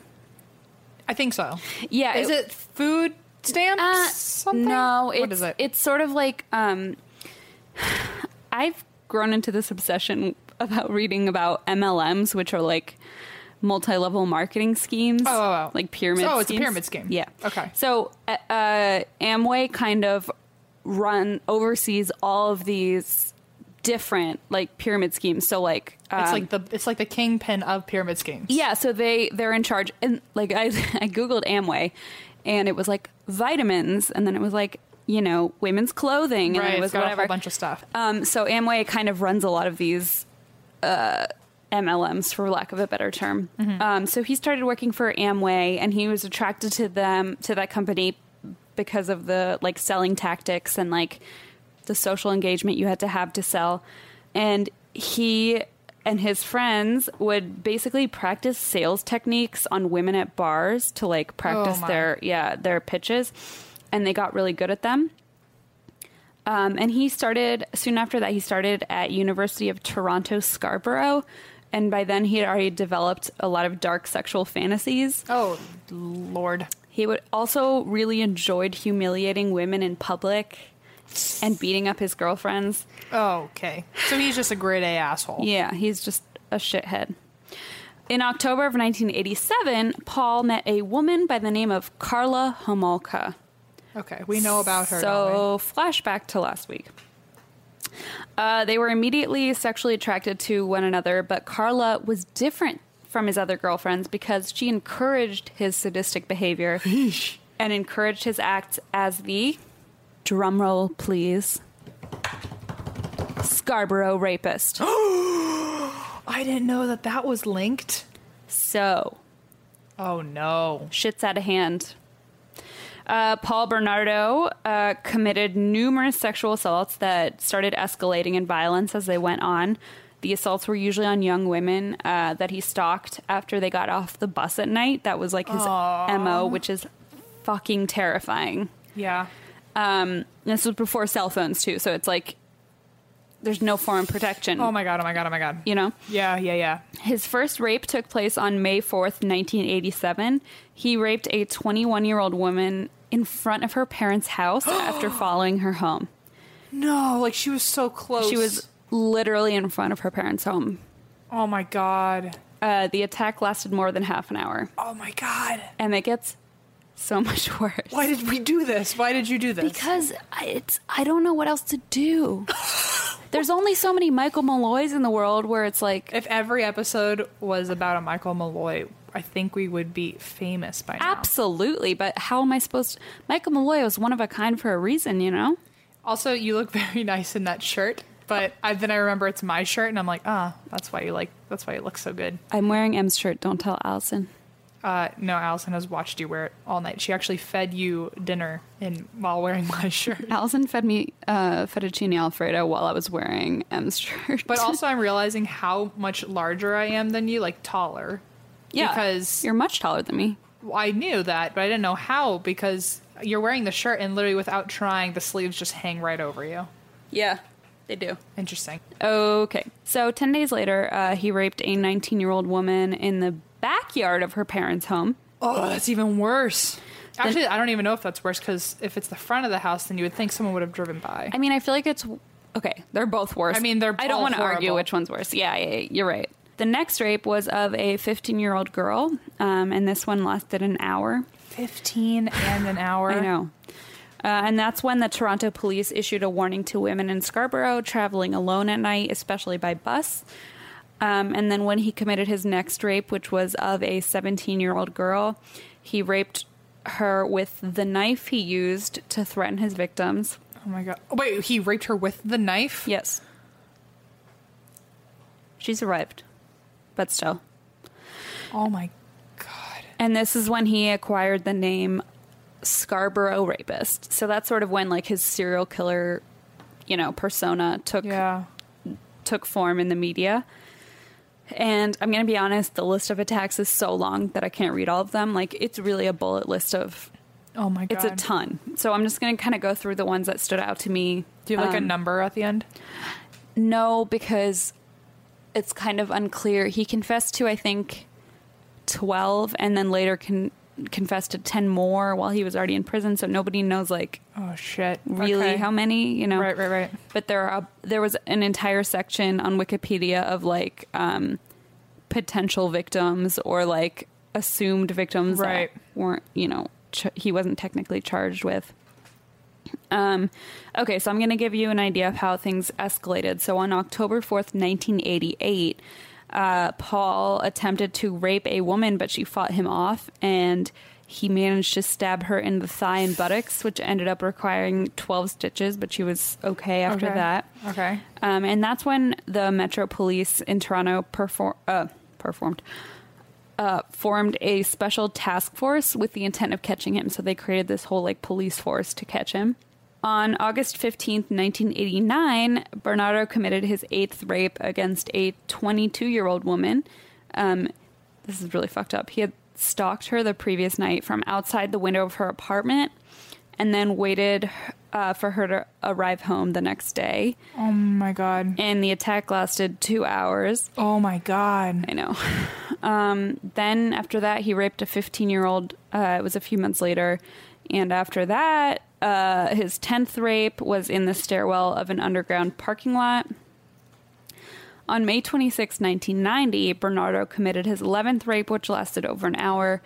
Speaker 3: I think so.
Speaker 2: Yeah,
Speaker 3: Is it food stamps?
Speaker 2: uh,
Speaker 3: something?
Speaker 2: No, it's,
Speaker 3: What is it?
Speaker 2: It's sort of like um, I've grown into this obsession about reading about MLMs, which are like multi-level marketing schemes.
Speaker 3: Oh, oh, oh.
Speaker 2: like pyramid.
Speaker 3: Oh, it's a
Speaker 2: schemes.
Speaker 3: pyramid scheme.
Speaker 2: Yeah.
Speaker 3: Okay.
Speaker 2: So uh, uh, Amway kind of run oversees all of these different like pyramid schemes. So like
Speaker 3: It's
Speaker 2: um,
Speaker 3: like the it's like the kingpin of pyramid schemes.
Speaker 2: yeah, so they they're in charge, and like I I googled Amway, and it was like vitamins, and then it was like you know women's clothing, and
Speaker 3: right.
Speaker 2: then it was
Speaker 3: it's got
Speaker 2: whatever.
Speaker 3: a whole bunch of stuff.
Speaker 2: um, so Amway kind of runs a lot of these uh, MLMs, for lack of a better term. Um, so he started working for Amway, and he was attracted to them to that company because of the like selling tactics and like the social engagement you had to have to sell. And he and his friends would basically practice sales techniques on women at bars to like practice
Speaker 3: my.
Speaker 2: their yeah their pitches, and they got really good at them. Um, and he started soon after that. He started at University of Toronto Scarborough, and by then he had already developed a lot of dark sexual fantasies.
Speaker 3: Oh lord.
Speaker 2: He would also really enjoyed humiliating women in public and beating up his girlfriends.
Speaker 3: Okay. So he's just a grade A asshole.
Speaker 2: Yeah, he's just a shithead. In October of 1987, Paul met a woman by the name of Carla Homolka.
Speaker 3: Okay. We know about her. don't
Speaker 2: So, flashback to last week. Uh, they were immediately sexually attracted to one another, but Carla was different from his other girlfriends because she encouraged his sadistic behavior and encouraged his acts as the drumroll, please. Scarborough rapist.
Speaker 3: we? I didn't know that that was linked.
Speaker 2: so,
Speaker 3: Oh no.
Speaker 2: shit's out of hand. Uh, Paul Bernardo uh, committed numerous sexual assaults that started escalating in violence as they went on. The assaults were usually on young women uh, that he stalked after they got off the bus at night. That was like his MO, which is fucking terrifying.
Speaker 3: Yeah.
Speaker 2: Um, this was before cell phones, too, so it's like there's no foreign protection,
Speaker 3: Oh my god. Oh my god. Oh my god.
Speaker 2: you know?
Speaker 3: Yeah. Yeah. Yeah.
Speaker 2: His first rape took place on May 4th, 1987. He raped a 21 year old woman in front of her parents' house after following her home.
Speaker 3: No. Like she was so close.
Speaker 2: She was literally in front of her parents' home.
Speaker 3: Oh my god.
Speaker 2: Uh, the attack lasted more than half an hour,
Speaker 3: Oh my god.
Speaker 2: and it gets so much worse.
Speaker 3: Why did we do this? Why did you do this?
Speaker 2: Because I- it's I don't know what else to do. There's only so many Michael Malloys in the world where it's like
Speaker 3: if every episode was about a Michael Malloy, I think we would be famous by now.
Speaker 2: absolutely, but how am I supposed? Michael Malloy was one of a kind for a reason, you know.
Speaker 3: Also, you look very nice in that shirt, but I, then I remember it's my shirt, and I'm like, ah, that's why you like. That's why it looks so good.
Speaker 2: I'm wearing M's shirt. Don't tell Allison.
Speaker 3: Uh, no, Allison has watched you wear it all night. She actually fed you dinner in while wearing my shirt.
Speaker 2: Allison fed me uh, fettuccine alfredo while I was wearing M's shirt.
Speaker 3: But also, I'm realizing how much larger I am than you, like taller.
Speaker 2: yeah,
Speaker 3: because
Speaker 2: you're much taller than me.
Speaker 3: I knew that, but I didn't know how because you're wearing the shirt, and literally without trying, the sleeves just hang right over you.
Speaker 2: Yeah, they do.
Speaker 3: Interesting.
Speaker 2: Okay, so ten days later, uh, he raped a 19 year old woman in the backyard of her parents' home.
Speaker 3: Oh, that's even worse. Actually, I don't even know if that's worse because if it's the front of the house, then you would think someone would have driven by.
Speaker 2: I mean, I feel like it's okay. They're both worse.
Speaker 3: I mean, they're
Speaker 2: I don't
Speaker 3: both
Speaker 2: want to argue
Speaker 3: horrible.
Speaker 2: which one's worse. Yeah, yeah, yeah, you're right. The next rape was of a 15 year old girl, um, and this one lasted an hour.
Speaker 3: 15 and an hour.
Speaker 2: I know. Uh, and that's when the Toronto police issued a warning to women in Scarborough traveling alone at night, especially by bus. Um, and then when he committed his next rape, which was of a 17 year old girl, he raped her with the knife he used to threaten his victims.
Speaker 3: Oh my god. Oh, wait, he raped her with the knife?
Speaker 2: Yes. She survived, but still.
Speaker 3: Oh my god.
Speaker 2: And this is when he acquired the name Scarborough Rapist. So that's sort of when like his serial killer, you know, persona took
Speaker 3: Yeah.
Speaker 2: took form in the media. And I'm going to be honest, the list of attacks is so long that I can't read all of them. Like, it's really a bullet list of
Speaker 3: Oh my god.
Speaker 2: it's a ton. So I'm just going to kind of go through the ones that stood out to me.
Speaker 3: Do you have like
Speaker 2: Um,
Speaker 3: a number at the end?
Speaker 2: No, because it's kind of unclear. He confessed to, I think, 12 and then later con- confessed to 10 more while he was already in prison. So nobody knows, like,
Speaker 3: Oh shit.
Speaker 2: really
Speaker 3: Okay.
Speaker 2: how many, you know?
Speaker 3: Right, right, right.
Speaker 2: But there are there was an entire section on Wikipedia of like um, potential victims or like assumed victims
Speaker 3: Right.
Speaker 2: that weren't, you know, ch- he wasn't technically charged with. Um, okay, so I'm going to give you an idea of how things escalated. So on October 4th, 1988, uh, Paul attempted to rape a woman, but she fought him off and he managed to stab her in the thigh and buttocks, which ended up requiring 12 stitches, but she was okay after
Speaker 3: Okay.
Speaker 2: that.
Speaker 3: Okay.
Speaker 2: Um, and that's when the Metro Police in Toronto perform, uh, performed uh, formed a special task force with the intent of catching him. So they created this whole like police force to catch him. On August 15th, 1989, Bernardo committed his eighth rape against a 22 year old woman. Um, this is really fucked up. He had stalked her the previous night from outside the window of her apartment and then waited uh, for her to arrive home the next day
Speaker 3: Oh my god.
Speaker 2: and the attack lasted two hours.
Speaker 3: Oh my god.
Speaker 2: I know. Um, then after that, he raped a 15 year old. Uh, it was a few months later. And after that, uh, his 10th rape was in the stairwell of an underground parking lot. On May 26, 1990, Bernardo committed his 11th rape, which lasted over an hour.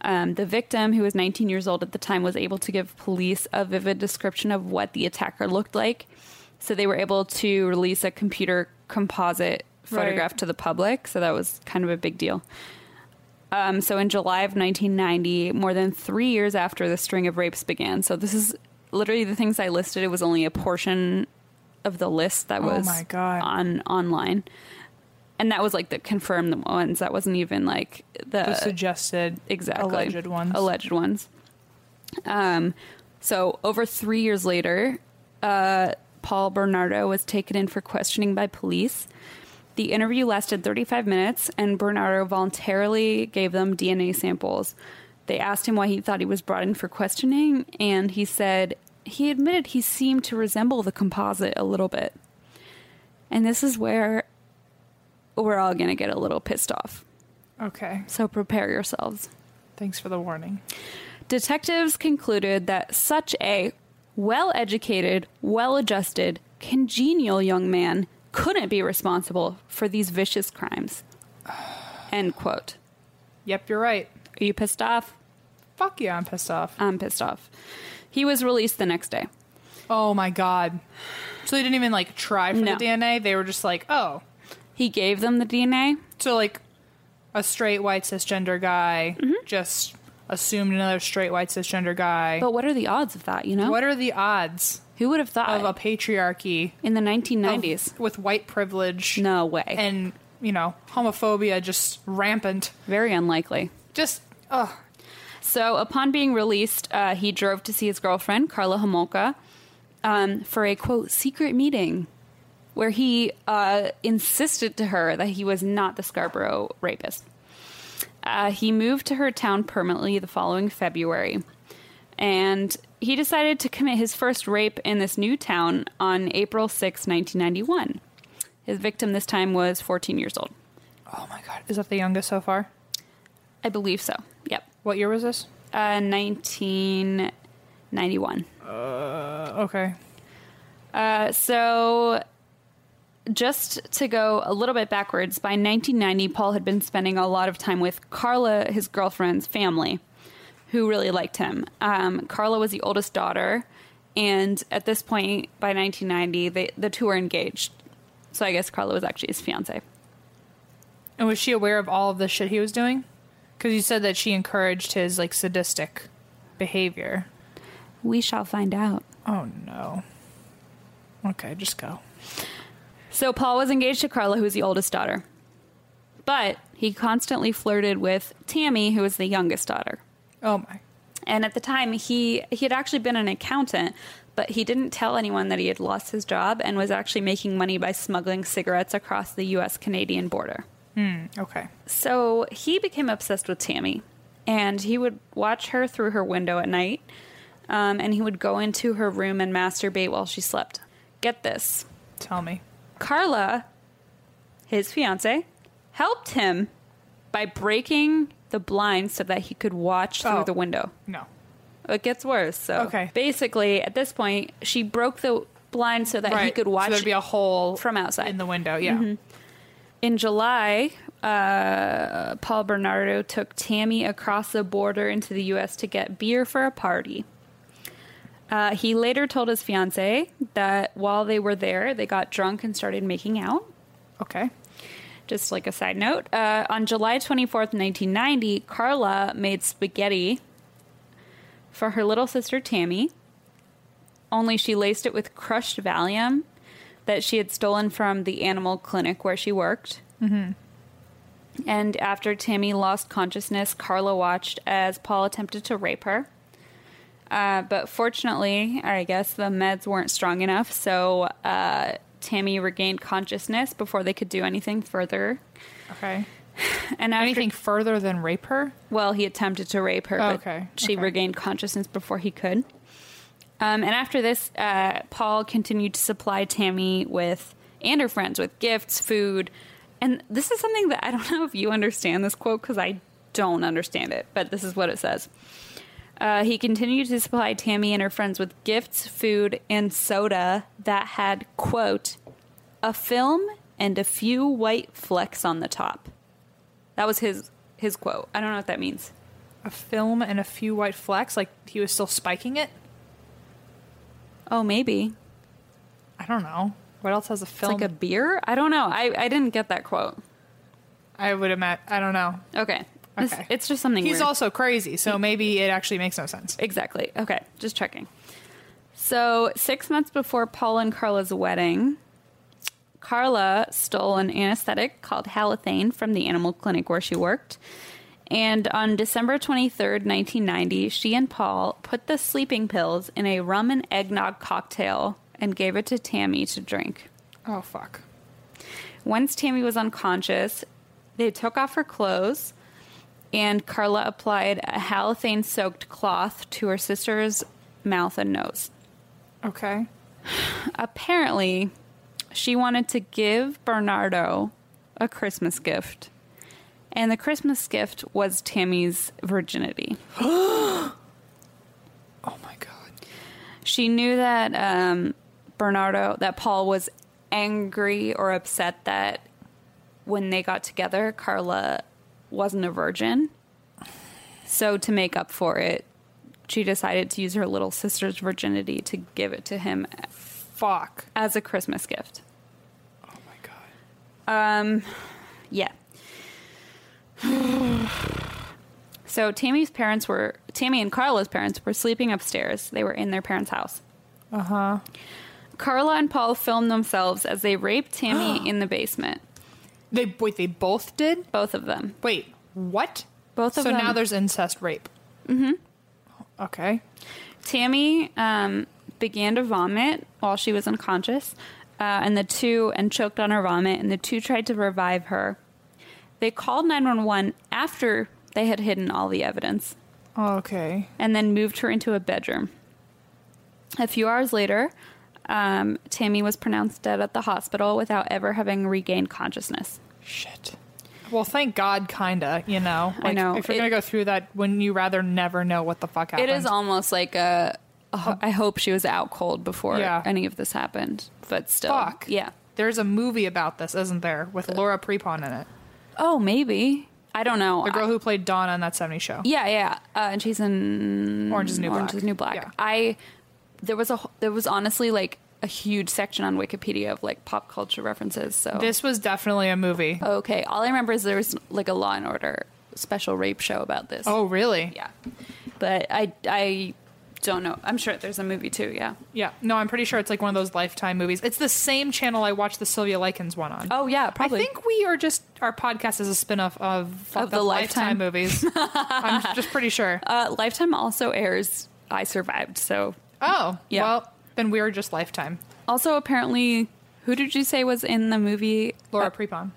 Speaker 2: Um, the victim, who was 19 years old at the time, was able to give police a vivid description of what the attacker looked like. So they were able to release a computer composite
Speaker 3: Right.
Speaker 2: photograph to the public. So that was kind of a big deal. Um, so in July of 1990, more than three years after the string of rapes began. So this is literally the things I listed. It was only a portion of the list that
Speaker 3: Oh
Speaker 2: was
Speaker 3: my God.
Speaker 2: on online, and that was like the confirmed ones. That wasn't even like the,
Speaker 3: The suggested
Speaker 2: Uh, exactly
Speaker 3: alleged ones.
Speaker 2: Alleged ones. Um, so over three years later, uh, Paul Bernardo was taken in for questioning by police. The interview lasted 35 minutes, and Bernardo voluntarily gave them DNA samples. They asked him why he thought he was brought in for questioning, and he said he admitted he seemed to resemble the composite a little bit. And this is where we're all going to get a little pissed off.
Speaker 3: Okay.
Speaker 2: So prepare yourselves.
Speaker 3: Thanks for the warning.
Speaker 2: Detectives concluded that such a well educated, well adjusted, congenial young man couldn't be responsible for these vicious crimes. End quote.
Speaker 3: Yep, you're right.
Speaker 2: Are you pissed off?
Speaker 3: Fuck yeah, I'm pissed off.
Speaker 2: I'm pissed off. He was released the next day.
Speaker 3: Oh my god. So they didn't even like try for
Speaker 2: No.
Speaker 3: the DNA. They were just like, oh,
Speaker 2: He gave them the DNA.
Speaker 3: so like a straight white cisgender guy
Speaker 2: Mm-hmm.
Speaker 3: just assumed another straight white cisgender guy.
Speaker 2: But what are the odds of that, you know?
Speaker 3: what are the odds
Speaker 2: Who would have thought
Speaker 3: of a patriarchy
Speaker 2: in the
Speaker 3: of-
Speaker 2: 1990s?
Speaker 3: with white privilege?
Speaker 2: No way.
Speaker 3: Oh. and you know homophobia just rampant.
Speaker 2: Very unlikely.
Speaker 3: Just ugh.
Speaker 2: So, upon being released, uh, he drove to see his girlfriend, Carla Homolka, um, for a quote, secret meeting where he uh, insisted to her that he was not the Scarborough rapist. Uh, he moved to her town permanently the following February. And he decided to commit his first rape in this new town on April 6, 1991. His victim this time was 14 years old.
Speaker 3: Oh my god, is that the youngest so far?
Speaker 2: I believe so. Yep.
Speaker 3: What year was this?
Speaker 2: Uh, 1991.
Speaker 3: Uh, okay.
Speaker 2: Uh, so, just to go a little bit backwards, by 1990, Paul had been spending a lot of time with Carla, his girlfriend's family, who really liked him. Um, Carla was the oldest daughter, and at this point, by 1990, they, the two were engaged. So, I guess Carla was actually his fiance.
Speaker 3: And was she aware of all of the shit he was doing? Because you said that she encouraged his like sadistic behavior.
Speaker 2: We shall find out.
Speaker 3: Oh no. Okay, just go.
Speaker 2: So Paul was engaged to Carla, who was the oldest daughter. But he constantly flirted with Tammy, who was the youngest daughter.
Speaker 3: Oh my.
Speaker 2: And at the time, he he had actually been an accountant, but he didn't tell anyone that he had lost his job and was actually making money by smuggling cigarettes across the US Canadian border.
Speaker 3: Okay.
Speaker 2: So he became obsessed with Tammy, and he would watch her through her window at night, um, and he would go into her room and masturbate while she slept. Get this
Speaker 3: Tell me.
Speaker 2: Carla, his fiance, helped him by breaking the blinds so that he could watch through
Speaker 3: Oh.
Speaker 2: the window.
Speaker 3: No.
Speaker 2: It gets worse. So
Speaker 3: Okay.
Speaker 2: basically, at this point, she broke the blind so that
Speaker 3: Right.
Speaker 2: he could
Speaker 3: So
Speaker 2: watch
Speaker 3: there'd be a hole
Speaker 2: from outside. Mm-hmm.
Speaker 3: in the window. Yeah.
Speaker 2: in July, uh, Paul Bernardo took Tammy across the border into the U.S. to get beer for a party. Uh, he later told his fiance that while they were there, they got drunk and started making out.
Speaker 3: Okay.
Speaker 2: Just like a side note, uh, on July 24th, 1990, Carla made spaghetti for her little sister Tammy, only she laced it with crushed Valium that she had stolen from the animal clinic where she worked. Mm-hmm. And after Tammy lost consciousness, Carla watched as Paul attempted to rape her. Uh, but fortunately, I guess the meds weren't strong enough, so uh, Tammy regained consciousness before they could do anything further.
Speaker 3: Okay.
Speaker 2: And after,
Speaker 3: Anything further than rape her?
Speaker 2: well, he attempted to rape her,
Speaker 3: Oh,
Speaker 2: but
Speaker 3: okay,
Speaker 2: she
Speaker 3: okay.
Speaker 2: regained consciousness before he could. Um, and after this, uh, Paul continued to supply Tammy with and her friends with gifts, food, and this is something that I don't know if you understand this quote because I don't understand it, but this is what it says. Uh, he continued to supply Tammy and her friends with gifts, food, and soda that had quote a film and a few white flecks on the top. That was his his quote. I don't know what that means.
Speaker 3: A film and a few white flecks? Like he was still spiking it?
Speaker 2: Oh, maybe
Speaker 3: I don't know. What else has a
Speaker 2: it's
Speaker 3: film?
Speaker 2: like a beer. I don't know. I, I didn't get that quote.
Speaker 3: I would imagine. I don't know.
Speaker 2: Okay, This-
Speaker 3: Okay.
Speaker 2: it's just something.
Speaker 3: He's
Speaker 2: weird.
Speaker 3: also crazy, so maybe it actually makes no sense.
Speaker 2: Exactly. Okay, just checking. So, six months before Paul and Carla's wedding, Carla stole an anesthetic called halothane from the animal clinic where she worked. And on December 23rd, 1990, she and Paul put the sleeping pills in a rum and eggnog cocktail and gave it to Tammy to drink.
Speaker 3: Oh fuck.
Speaker 2: Once Tammy was unconscious, they took off her clothes, and Carla applied a halothane soaked cloth to her sister's mouth and nose.
Speaker 3: Okay.
Speaker 2: Apparently, she wanted to give Bernardo a Christmas gift, and the Christmas gift was Tammy's virginity.
Speaker 3: Oh my god.
Speaker 2: She knew that um, Bernardo, that Paul was angry or upset that when they got together, Carla wasn't a virgin. So, to make up for it, she decided to use her little sister's virginity to give it to him
Speaker 3: Fuck.
Speaker 2: as a Christmas gift. Um,
Speaker 3: Oh my god.
Speaker 2: Yeah. so Tammy's parents were Tammy and Carla's parents were sleeping upstairs. They were in their parents' house.
Speaker 3: Uh huh.
Speaker 2: Carla and Paul filmed themselves as they raped Tammy in the basement.
Speaker 3: They wait. They both did.
Speaker 2: Both of them.
Speaker 3: Wait. What?
Speaker 2: Both of
Speaker 3: so
Speaker 2: them.
Speaker 3: now there's incest rape. Mm-hmm. Okay.
Speaker 2: Tammy um, began to vomit while she was unconscious, uh, and the two and choked on her vomit, and the two tried to revive her. They called 911 after they had hidden all the evidence
Speaker 3: Okay.
Speaker 2: and then moved her into a bedroom. A few hours later, um, Tammy was pronounced dead at the hospital without ever having regained consciousness.
Speaker 3: Shit. Well, thank God, kinda. You know.
Speaker 2: I know.
Speaker 3: If you're
Speaker 2: It-
Speaker 3: gonna go through that, wouldn't you rather never know what the fuck happened?
Speaker 2: It is almost like a. oh, I hope she was out cold before
Speaker 3: Yeah.
Speaker 2: any of this happened, but still,
Speaker 3: fuck.
Speaker 2: yeah.
Speaker 3: There's a movie about this, isn't there, with Laura Prepon in it,
Speaker 2: Oh, maybe I don't know.
Speaker 3: the girl who played Dawn on that '70s show.
Speaker 2: I- yeah, yeah, uh, and she's in
Speaker 3: Orange is the New
Speaker 2: Orange
Speaker 3: Black.
Speaker 2: is the New Black.
Speaker 3: Yeah.
Speaker 2: I there was a wh- there was honestly like a huge section on Wikipedia of like pop culture references. So
Speaker 3: This was definitely a movie.
Speaker 2: okay, all I remember is there was like a Law and Order special rape show about this.
Speaker 3: Oh, really?
Speaker 2: yeah, but I I don't know. I'm sure there's a movie too. Yeah.
Speaker 3: Yeah. No, I'm pretty sure it's like one of those Lifetime movies. It's the same channel I watched the Sylvia Likens one on.
Speaker 2: Oh yeah, probably.
Speaker 3: I think we are just our podcast is a spin-off of, fucked
Speaker 2: Of the
Speaker 3: up
Speaker 2: Lifetime.
Speaker 3: movies. I'm just pretty sure.
Speaker 2: Uh, Lifetime also airs I Survived, so
Speaker 3: oh,
Speaker 2: yeah.
Speaker 3: well, and we were just Lifetime.
Speaker 2: Also, apparently, who did you say was in the movie?
Speaker 3: Laura
Speaker 2: uh,
Speaker 3: Prepon.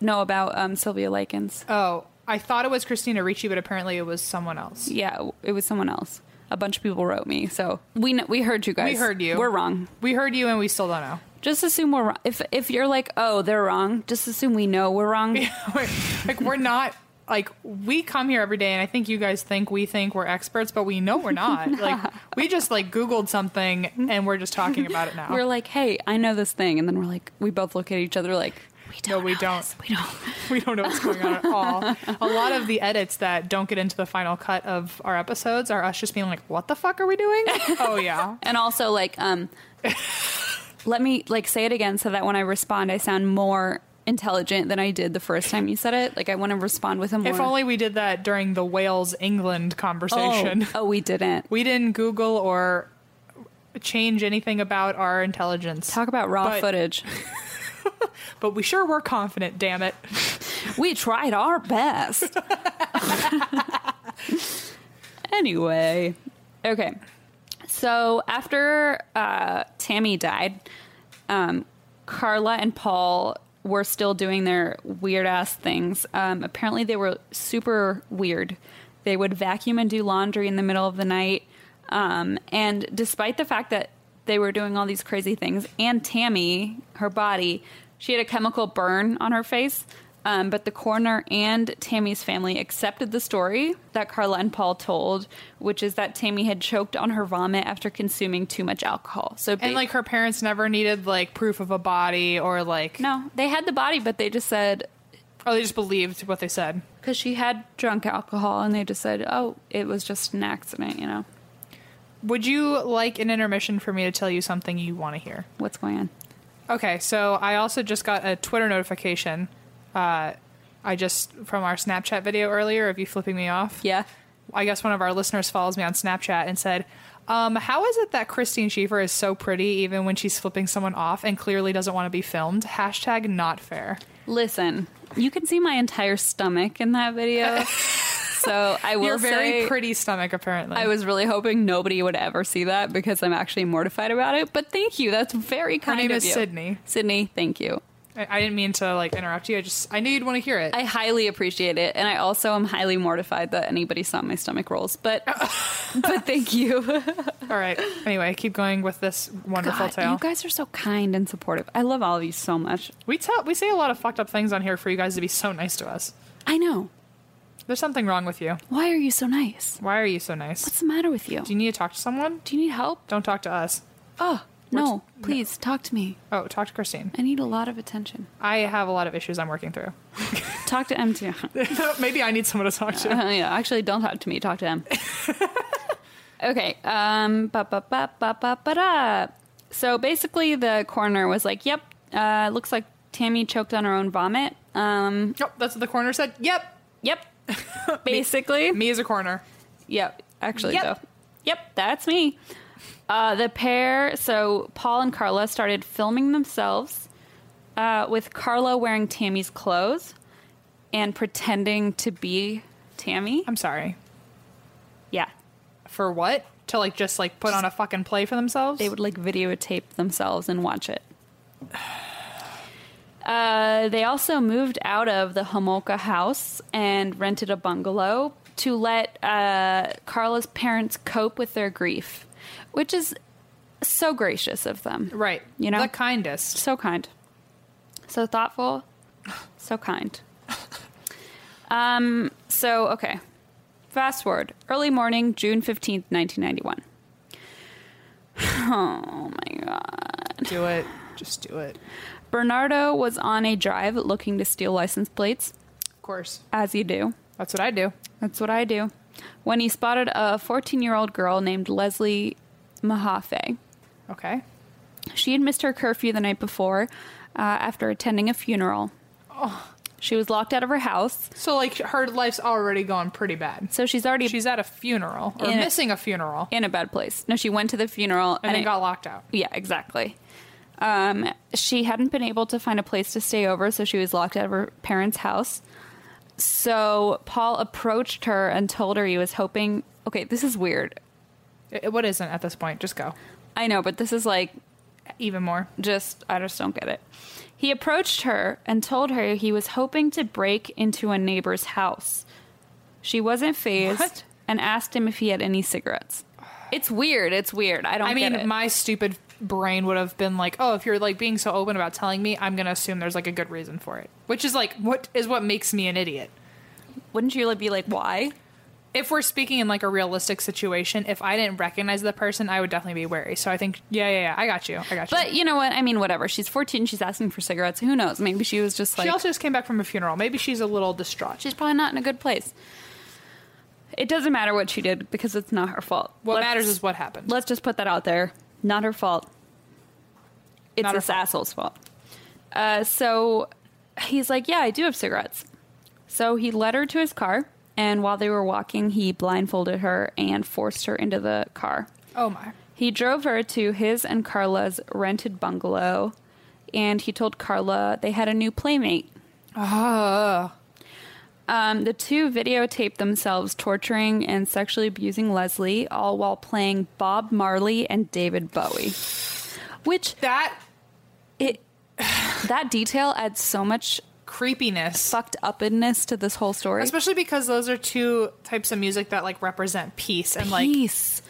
Speaker 2: no, about um, Sylvia Likens.
Speaker 3: Oh, I thought it was Christina Ricci, but apparently it was someone else.
Speaker 2: Yeah, it was someone else. A bunch of people wrote me, so we kn- we heard you guys.
Speaker 3: We heard you.
Speaker 2: We're wrong.
Speaker 3: We heard you, and we still don't know.
Speaker 2: Just assume we're wrong. If if you're like, oh, they're wrong. Just assume we know we're wrong.
Speaker 3: We're- like we're not. Like we come here every day, and I think you guys think we think we're experts, but we know we're not. Like we just like Googled something, and we're just talking about it now.
Speaker 2: We're like, hey, I know this thing, and then we're like, we both look at each other like, we
Speaker 3: no,
Speaker 2: don't.
Speaker 3: we
Speaker 2: know
Speaker 3: don't.
Speaker 2: this. We don't.
Speaker 3: we don't know what's going on at all. A lot of the edits that don't get into the final cut of our episodes are us just being like, "What the fuck are we doing?" oh yeah,
Speaker 2: And also, like, um, let me like say it again so that when I respond, I sound more intelligent than I did the first time you said it. Like, I want to respond with a more.
Speaker 3: if only we did that during the Wales England conversation.
Speaker 2: Oh, oh, we didn't.
Speaker 3: We didn't Google or change anything about our intelligence,
Speaker 2: Talk about raw
Speaker 3: But-
Speaker 2: footage.
Speaker 3: but we sure were confident. Damn it!
Speaker 2: We tried our best. anyway, okay. So after uh, Tammy died, um, Carla and Paul were still doing their weird ass things. Um, apparently, they were super weird. They would vacuum and do laundry in the middle of the night. Um, and despite the fact that they were doing all these crazy things, and Tammy, her body, she had a chemical burn on her face. Um, but the coroner and Tammy's family accepted the story that Carla and Paul told, which is that Tammy had choked on her vomit after consuming too much alcohol. So,
Speaker 3: And
Speaker 2: ba-
Speaker 3: like her parents never needed like proof of a body or like,
Speaker 2: no, they had the body, but they just said
Speaker 3: oh, they just believed what they said.
Speaker 2: because she had drunk alcohol, and they just said, "Oh, it was just an accident." You know
Speaker 3: Would you like an intermission for me to tell you something you want to hear?
Speaker 2: what's going on?
Speaker 3: Okay, so I also just got a Twitter notification. Uh, I just from our Snapchat video earlier of you flipping me off.
Speaker 2: Yeah,
Speaker 3: I guess one of our listeners follows me on Snapchat and said, um, "How is it that Christine Schieffer is so pretty even when she's flipping someone off and clearly doesn't want to be filmed?" Hashtag not fair.
Speaker 2: listen, you can see my entire stomach in that video, so I will
Speaker 3: Your very
Speaker 2: say
Speaker 3: pretty stomach, apparently.
Speaker 2: I was really hoping nobody would ever see that because I'm actually mortified about it. But thank you, that's very
Speaker 3: Her
Speaker 2: kind
Speaker 3: name
Speaker 2: of
Speaker 3: is
Speaker 2: you.
Speaker 3: Sydney.
Speaker 2: Sydney, thank you.
Speaker 3: I, I didn't mean to like interrupt you. I just I knew you'd want to hear it.
Speaker 2: I highly appreciate it, and I also am highly mortified that anybody saw my stomach rolls. But but thank you.
Speaker 3: All right. Anyway, keep going with this wonderful
Speaker 2: God,
Speaker 3: tale.
Speaker 2: You guys are so kind and supportive. I love all of you so much.
Speaker 3: we tell we say a lot of fucked up things on here for you guys to be so nice to us.
Speaker 2: I know.
Speaker 3: There's something wrong with you.
Speaker 2: Why are you so nice?
Speaker 3: Why are you so nice?
Speaker 2: What's the matter with you?
Speaker 3: Do you need to talk to someone?
Speaker 2: Do you need help?
Speaker 3: Don't talk to us.
Speaker 2: Oh, no. Please talk to me.
Speaker 3: Oh, talk to Christine.
Speaker 2: I need a lot of attention.
Speaker 3: I have a lot of issues I'm working through.
Speaker 2: Talk to M too.
Speaker 3: Maybe I need someone to talk to.
Speaker 2: Uh, yeah, actually, don't talk to me. Talk to him. okay. Um. Ba ba ba ba ba ba da. So basically, the coroner was like, "Yep, uh, looks like Tammy choked on her own vomit." Um.
Speaker 3: Yep, that's what the coroner said. Yep,
Speaker 2: Yep. basically.
Speaker 3: me as a coroner.
Speaker 2: Yep. Actually,
Speaker 3: Yep.
Speaker 2: though. Yep, that's me. Uh, the pair, so Paul and Carla started filming themselves uh, with Carla wearing Tammy's clothes and pretending to be Tammy.
Speaker 3: I'm sorry.
Speaker 2: Yeah.
Speaker 3: For what? To like just like put on a fucking play for themselves?
Speaker 2: They would like videotape themselves and watch it. Uh, they also moved out of the Homolka house and rented a bungalow to let uh, Carla's parents cope with their grief, which is so gracious of them.
Speaker 3: right.
Speaker 2: You know?
Speaker 3: the kindest.
Speaker 2: So kind. So thoughtful. So kind. Um, so, okay. Fast forward. Early morning, June 15th, 1991. Oh my God.
Speaker 3: Do it. Just do it.
Speaker 2: Bernardo was on a drive looking to steal license plates,
Speaker 3: Of course.
Speaker 2: as you do.
Speaker 3: That's what I do.
Speaker 2: That's what I do. When he spotted a 14 year old girl named Leslie Mahaffey.
Speaker 3: Okay.
Speaker 2: She had missed her curfew the night before uh, after attending a funeral. She was locked out of her house,
Speaker 3: So like her life's already gone pretty bad.
Speaker 2: so she's already
Speaker 3: She's at a funeral or
Speaker 2: In a-
Speaker 3: missing a funeral
Speaker 2: in a bad place. No, she went to the funeral
Speaker 3: and then
Speaker 2: it-
Speaker 3: got locked out.
Speaker 2: Yeah, exactly. Um, she hadn't been able to find a place to stay over, so she was locked out of her parents' house. So Paul approached her and told her he was hoping. Okay, this is weird.
Speaker 3: I- what isn't at this point? Just go.
Speaker 2: I know, but this is like
Speaker 3: even more.
Speaker 2: just I just don't get it. He approached her and told her he was hoping to break into a neighbor's house. She wasn't phased
Speaker 3: What?
Speaker 2: and asked him if he had any cigarettes. It's weird. It's weird. I don't.
Speaker 3: I
Speaker 2: get
Speaker 3: mean,
Speaker 2: it.
Speaker 3: my stupid brain would have been like, "Oh, if you're like being so open about telling me, I'm gonna assume there's like a good reason for it," which is like what is what makes me an idiot.
Speaker 2: wouldn't you like, be like, why?
Speaker 3: If we're speaking in like a realistic situation, if I didn't recognize the person, I would definitely be wary. So I think, yeah, yeah, yeah, I got you, I got you.
Speaker 2: But you know what? I mean, whatever. She's 14. She's asking for cigarettes. Who knows? Maybe she was just like
Speaker 3: she also just came back from a funeral. Maybe she's a little distraught.
Speaker 2: she's probably not in a good place. It doesn't matter what she did because it's not her fault.
Speaker 3: What
Speaker 2: Let's-
Speaker 3: matters is what happened.
Speaker 2: Let's just put that out there. Not her fault. It's
Speaker 3: Not her
Speaker 2: this
Speaker 3: fault.
Speaker 2: asshole's fault. Uh, so he's like, Yeah, I do have cigarettes. So he led her to his car, and while they were walking, he blindfolded her and forced her into the car.
Speaker 3: oh my.
Speaker 2: He drove her to his and Carla's rented bungalow, and he told Carla they had a new playmate.
Speaker 3: Oh.
Speaker 2: Um, the two videotaped themselves torturing and sexually abusing Leslie, all while playing Bob Marley and David Bowie. Which
Speaker 3: That
Speaker 2: it that detail adds so much
Speaker 3: creepiness.
Speaker 2: fucked upness to this whole story.
Speaker 3: Especially because those are two types of music that like represent peace and like
Speaker 2: Peace.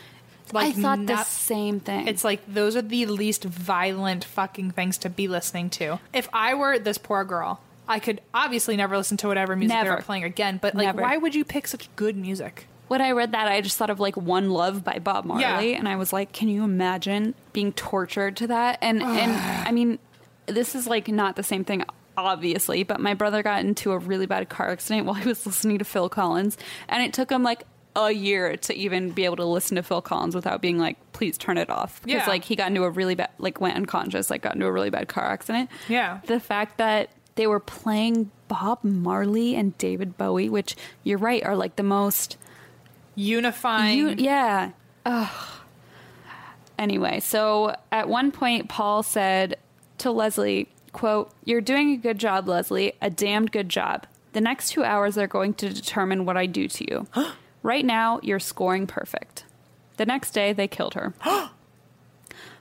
Speaker 3: like
Speaker 2: I thought the
Speaker 3: not-
Speaker 2: same thing.
Speaker 3: It's like those are the least violent fucking things to be listening to. If I were this poor girl, I could obviously never listen to whatever music they
Speaker 2: Never.
Speaker 3: were playing again. But like,
Speaker 2: Never.
Speaker 3: why would you pick such good music?
Speaker 2: when I read that, I just thought of like One Love by Bob Marley,
Speaker 3: Yeah.
Speaker 2: and I was like, can you imagine being tortured to that? And and I mean, this is like not the same thing, obviously. But my brother got into a really bad car accident while he was listening to Phil Collins, and it took him like a year to even be able to listen to Phil Collins without being like, please turn it off, because
Speaker 3: Yeah.
Speaker 2: like he got into a really bad, like went unconscious, like got into a really bad car accident.
Speaker 3: Yeah.
Speaker 2: the fact that they were playing Bob Marley and David Bowie, which you're right, are like the most
Speaker 3: Unifying. Oh
Speaker 2: you, yeah. Ugh. Anyway, so at one point, Paul said to Leslie, "quote You're doing a good job, Leslie. A damned good job. The next two hours are going to determine what I do to you. right now, you're scoring perfect. The next day, they killed her."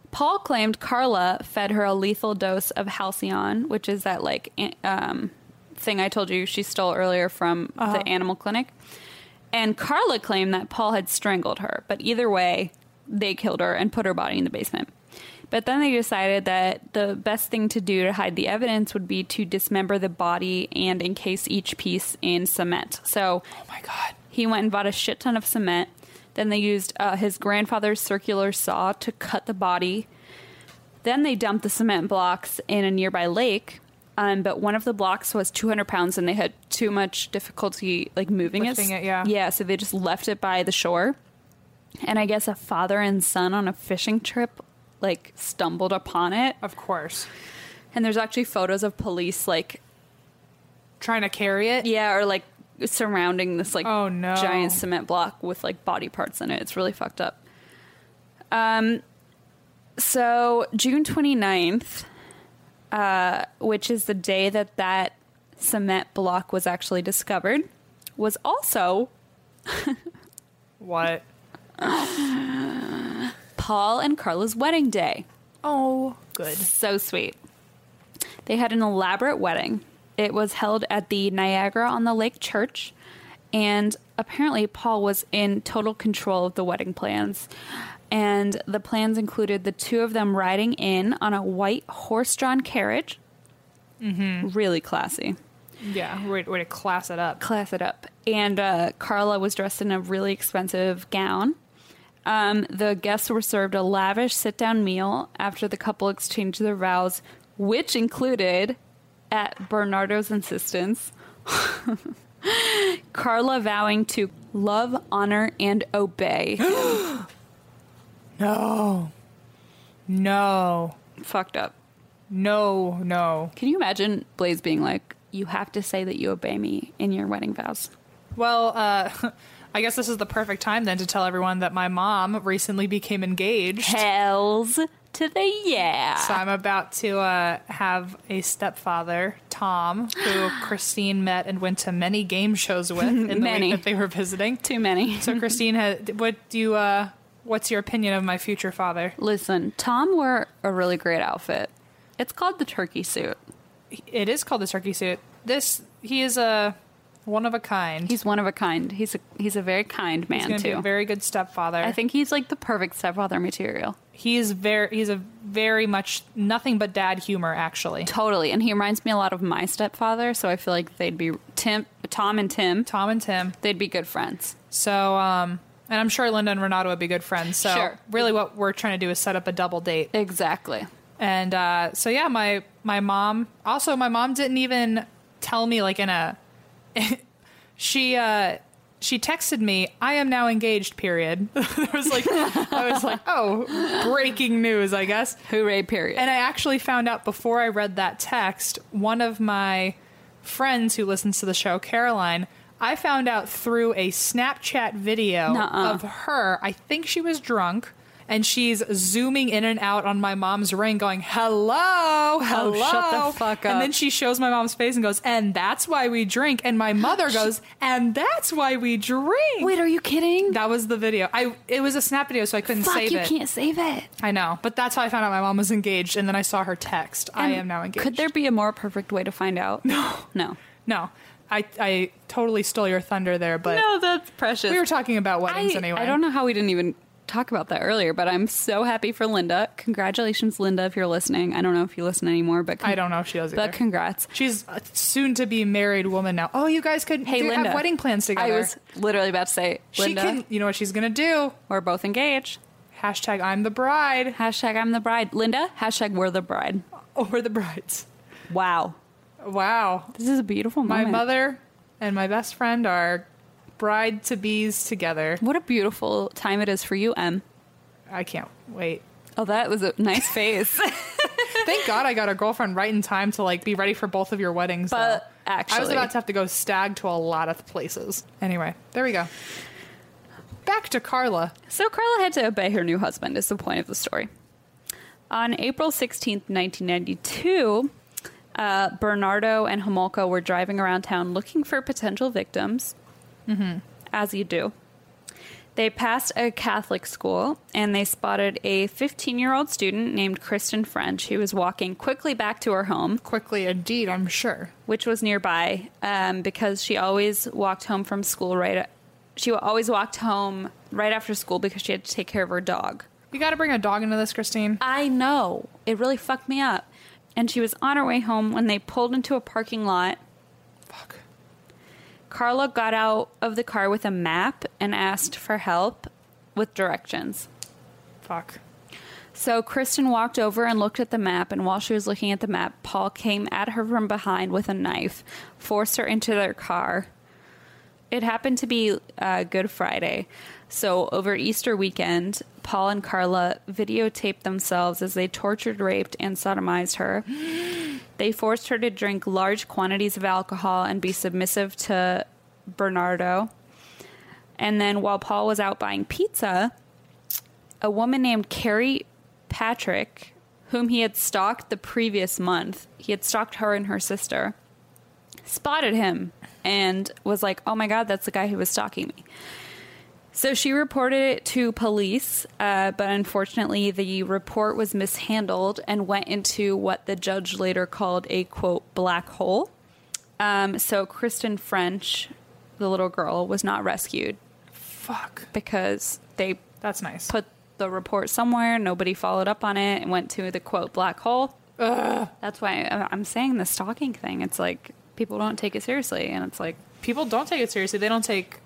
Speaker 2: Paul claimed Carla fed her a lethal dose of halcyon, which is that like an- um, thing I told you she stole earlier from
Speaker 3: Uh-huh.
Speaker 2: the animal clinic. And Carla claimed that Paul had strangled her, but either way, they killed her and put her body in the basement. But then they decided that the best thing to do to hide the evidence would be to dismember the body and encase each piece in cement. So
Speaker 3: Oh my god.
Speaker 2: he went and bought a shit ton of cement. Then they used uh, his grandfather's circular saw to cut the body. Then they dumped the cement blocks in a nearby lake. Um, but one of the blocks was 200 pounds, and they had too much difficulty like moving
Speaker 3: Lifting it, yeah.
Speaker 2: yeah. So they just left it by the shore. And I guess a father and son on a fishing trip like stumbled upon it.
Speaker 3: Of course.
Speaker 2: And there's actually photos of police like
Speaker 3: Trying to carry it.
Speaker 2: yeah, or like surrounding this like
Speaker 3: Oh, no.
Speaker 2: giant cement block with like body parts in it. It's really fucked up. Um so June 29th uh which is the day that that cement block was actually discovered was also
Speaker 3: What?
Speaker 2: Paul and Carla's wedding day.
Speaker 3: Oh, good.
Speaker 2: So sweet. They had an elaborate wedding. It was held at the Niagara on the Lake Church, and apparently Paul was in total control of the wedding plans. And the plans included the two of them riding in on a white horse drawn carriage. Really classy.
Speaker 3: Yeah. Way, way to class it up.
Speaker 2: Class it up. And uh, Carla was dressed in a really expensive gown. Um, the guests were served a lavish sit down meal after the couple exchanged their vows, which included, at Bernardo's insistence, Carla vowing to love, honor, and obey.
Speaker 3: No. No.
Speaker 2: Fucked up.
Speaker 3: No. No.
Speaker 2: Can you imagine Blaze being like, you have to say that you obey me in your wedding vows?
Speaker 3: Well, uh, I guess this is the perfect time then to tell everyone that my mom recently became engaged.
Speaker 2: Hells to the yeah.
Speaker 3: So I'm about to uh, have a stepfather, Tom, who Christine met and went to many game shows with in the
Speaker 2: Many.
Speaker 3: week that they were visiting.
Speaker 2: Too many.
Speaker 3: So Christine had what do you uh, What's your opinion of my future father?
Speaker 2: Listen, Tom wore a really great outfit. It's called the turkey suit.
Speaker 3: It is called the turkey suit. This he is a one of a kind.
Speaker 2: He's one of a kind. He's a he's a very kind man
Speaker 3: He's gonna be
Speaker 2: too.
Speaker 3: a very good stepfather.
Speaker 2: I think he's like the perfect stepfather material.
Speaker 3: he is very he's a very much nothing but dad humor actually.
Speaker 2: Totally. And he reminds me a lot of my stepfather, so I feel like they'd be Tim Tom and Tim,
Speaker 3: Tom and Tim.
Speaker 2: they'd be good friends.
Speaker 3: So um and I'm sure Linda and Renato would be good friends. So
Speaker 2: Sure.
Speaker 3: really what we're trying to do is set up a double date.
Speaker 2: Exactly.
Speaker 3: And uh, so yeah, my my mom also my mom didn't even tell me like in a she uh she texted me, I am now engaged, period. I was like I was like, Oh, breaking news, I guess.
Speaker 2: Hooray period.
Speaker 3: And I actually found out before I read that text, one of my friends who listens to the show, Caroline, I found out through a Snapchat video
Speaker 2: Nuh-uh.
Speaker 3: of her. I think she was drunk. And she's zooming in and out on my mom's ring, going, hello, hello.
Speaker 2: Oh, shut the fuck up.
Speaker 3: And then she shows my mom's face and goes, and that's why we drink. And my mother goes, and that's why we drink.
Speaker 2: Wait, are you kidding?
Speaker 3: That was the video. I It was a Snap video, so I couldn't
Speaker 2: Fuck,
Speaker 3: save
Speaker 2: you
Speaker 3: it.
Speaker 2: can't save it.
Speaker 3: I know, but that's how I found out my mom was engaged, and then I saw her text. I
Speaker 2: And
Speaker 3: am now engaged.
Speaker 2: Could there be a more perfect way to find out? No. No.
Speaker 3: No, I I totally stole your thunder there, but
Speaker 2: that's precious.
Speaker 3: we were talking about weddings
Speaker 2: I,
Speaker 3: anyway.
Speaker 2: I don't know how we didn't even talk about that earlier, but I'm so happy for Linda. Congratulations, Linda, if you're listening. I don't know if you listen anymore, but con-
Speaker 3: I don't know if she does either.
Speaker 2: But congrats.
Speaker 3: She's a soon-to-be-married woman now. Oh, you guys could
Speaker 2: Hey,
Speaker 3: do,
Speaker 2: Linda.
Speaker 3: have wedding plans together.
Speaker 2: I was literally about to say,
Speaker 3: she
Speaker 2: Linda,
Speaker 3: can. You know what she's gonna do?
Speaker 2: we're both engaged.
Speaker 3: Hashtag I'm the bride
Speaker 2: Hashtag I'm the bride. Linda, hashtag we're the bride.
Speaker 3: or the brides.
Speaker 2: Wow.
Speaker 3: Wow,
Speaker 2: This is a beautiful
Speaker 3: my
Speaker 2: moment.
Speaker 3: mother and my best friend are bride to bees together.
Speaker 2: What a beautiful time it is for you, Em.
Speaker 3: I can't wait.
Speaker 2: Oh, that was a nice face.
Speaker 3: Thank God I got a girlfriend right in time to like be ready for both of your weddings.
Speaker 2: But
Speaker 3: though. I was
Speaker 2: actually-
Speaker 3: about to have to go stag to a lot of places. Anyway, there we go. Back to Carla.
Speaker 2: So Carla had to obey her new husband, is the point of the story. On April 16th, 1992, uh, Bernardo and Homolka were driving around town looking for potential victims, as you do. They passed a Catholic school and they spotted a 15 year old student named Kristen French who was walking quickly back to her home,
Speaker 3: Quickly, indeed, I'm sure.
Speaker 2: which was nearby, um, because she always walked home from school right. She always walked home right after school because she had to take care of her dog.
Speaker 3: You got to bring a dog into this, Christine.
Speaker 2: I know. It really fucked me up. And she was on her way home when they pulled into a parking lot.
Speaker 3: Fuck.
Speaker 2: Carla got out of the car with a map and asked for help with directions.
Speaker 3: Fuck.
Speaker 2: So Kristen walked over and looked at the map, and while she was looking at the map, Paul came at her from behind with a knife, forced her into their car. It happened to be uh, Good Friday. So over Easter weekend, Paul and Carla videotaped themselves as they tortured, raped, and sodomized her. they forced her to drink large quantities of alcohol and be submissive to Bernardo. And then while Paul was out buying pizza, a woman named Carrie Patrick, whom he had stalked the previous month, he had stalked her and her sister, spotted him and was like, oh my God, that's the guy who was stalking me. So she reported it to police, uh, but unfortunately, the report was mishandled and went into what the judge later called a quote black hole. Um, so Kristen French, the little girl, was not rescued
Speaker 3: Fuck.
Speaker 2: because they
Speaker 3: That's nice.
Speaker 2: put the report somewhere. Nobody followed up on it and went to the quote black hole. That's why I- I'm saying the stalking thing. It's like people don't take it seriously, and it's like
Speaker 3: People don't take it seriously. They don't take.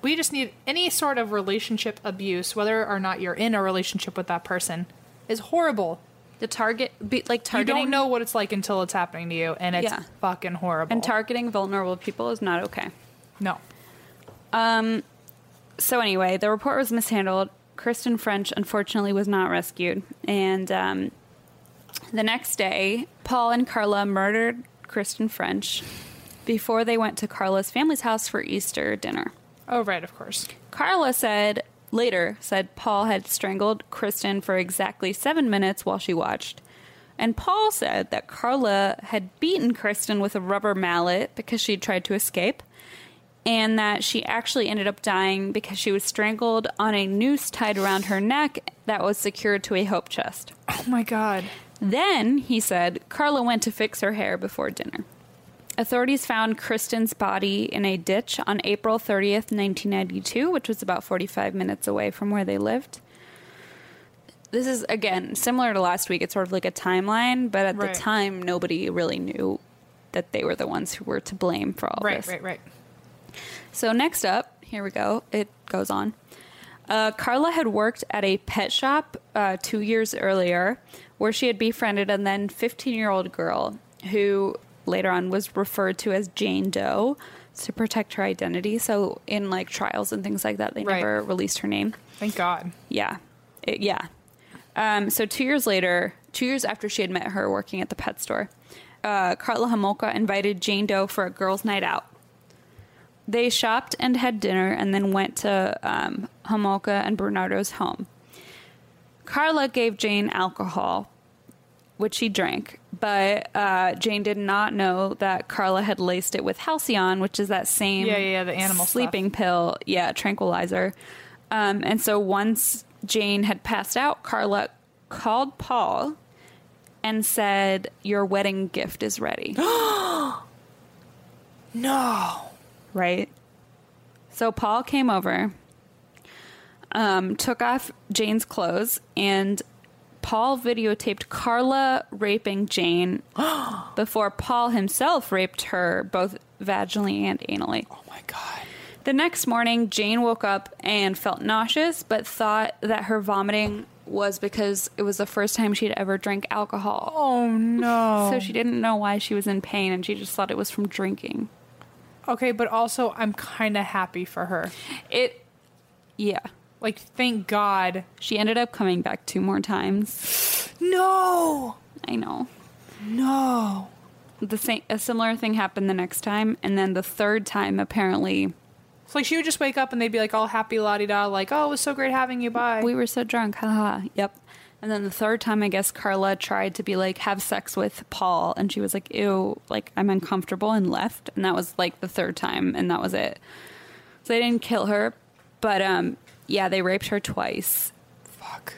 Speaker 3: We just need any sort of relationship abuse, whether or not you're in a relationship with that person, is horrible.
Speaker 2: the target, be, like
Speaker 3: You
Speaker 2: targeting,
Speaker 3: don't know what it's like until it's happening to you, and it's
Speaker 2: Yeah.
Speaker 3: fucking horrible.
Speaker 2: and targeting vulnerable people is not okay.
Speaker 3: no.
Speaker 2: So anyway, the report was mishandled. Kristen French unfortunately was not rescued, and um, the next day, Paul and Carla murdered Kristen French before they went to Carla's family's house for Easter dinner.
Speaker 3: Oh, right, of course.
Speaker 2: Carla said later said Paul had strangled Kristen for exactly seven minutes while she watched. And Paul said that Carla had beaten Kristen with a rubber mallet because she tried to escape. and that she actually ended up dying because she was strangled on a noose tied around her neck that was secured to a hope chest.
Speaker 3: Oh my god.
Speaker 2: Then, he said, Carla went to fix her hair before dinner. Authorities found Kristen's body in a ditch on April 30th, 1992, which was about 45 minutes away from where they lived. This is, again, similar to last week. It's sort of like a timeline, but at
Speaker 3: Right.
Speaker 2: the time, nobody really knew that they were the ones who were to blame for all
Speaker 3: Right,
Speaker 2: this.
Speaker 3: right, right.
Speaker 2: So next up, here we go. It goes on. Uh, Carla had worked at a pet shop uh, two years earlier, where she had befriended a then 15 year old girl who later on was referred to as Jane Doe to protect her identity. So in like trials and things like that, they
Speaker 3: Right.
Speaker 2: never released her name.
Speaker 3: Thank God.
Speaker 2: Yeah. It- yeah. Um, so two years later, two years after she had met her working at the pet store, uh, Carla Homolka invited Jane Doe for a girls' night out. They shopped and had dinner and then went to um, Homolka and Bernardo's home. Carla gave Jane alcohol, which she drank, but uh, Jane did not know that Carla had laced it with halcyon, which is that same
Speaker 3: Yeah, yeah, yeah, the animal stuff.
Speaker 2: sleeping pill, yeah, tranquilizer. Um, and so once Jane had passed out, Carla called Paul and said, "Your wedding gift is ready."
Speaker 3: No.
Speaker 2: right? So Paul came over, um, took off Jane's clothes, and Paul videotaped Carla raping Jane before Paul himself raped her both vaginally and anally.
Speaker 3: Oh my god.
Speaker 2: The next morning, Jane woke up and felt nauseous, but thought that her vomiting was because it was the first time she'd ever drank alcohol.
Speaker 3: Oh no.
Speaker 2: So she didn't know why she was in pain and she just thought it was from drinking.
Speaker 3: okay, but also I'm kind of happy for her.
Speaker 2: It, yeah.
Speaker 3: Like thank God.
Speaker 2: She ended up coming back two more times.
Speaker 3: No.
Speaker 2: I know.
Speaker 3: No.
Speaker 2: The same, a similar thing happened the next time, and then the third time, apparently,
Speaker 3: So like she would just wake up and they'd be like all happy la di da, like, oh, it was so great having you. Bye.
Speaker 2: we were so drunk, haha. Yep. And then the third time, I guess Carla tried to be like have sex with Paul, and she was like, "Ew, like I'm uncomfortable," and left. And that was like the third time, and that was it. So they didn't kill her, but um, yeah, they raped her twice.
Speaker 3: Fuck.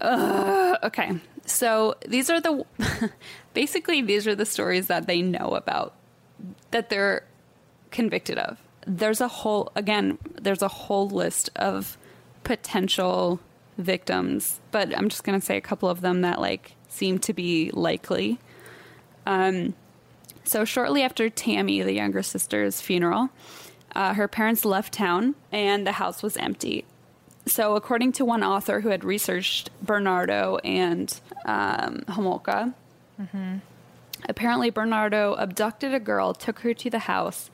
Speaker 2: Okay. So these are the basically these are the stories that they know about that they're convicted of. There's a whole again, there's a whole list of potential victims, but I'm just going to say a couple of them that like seem to be likely. Um so shortly after Tammy, the younger sister's funeral, uh, her parents left town and the house was empty. So, according to one author who had researched Bernardo and um, Homolka, apparently Bernardo abducted a girl, took her to the house,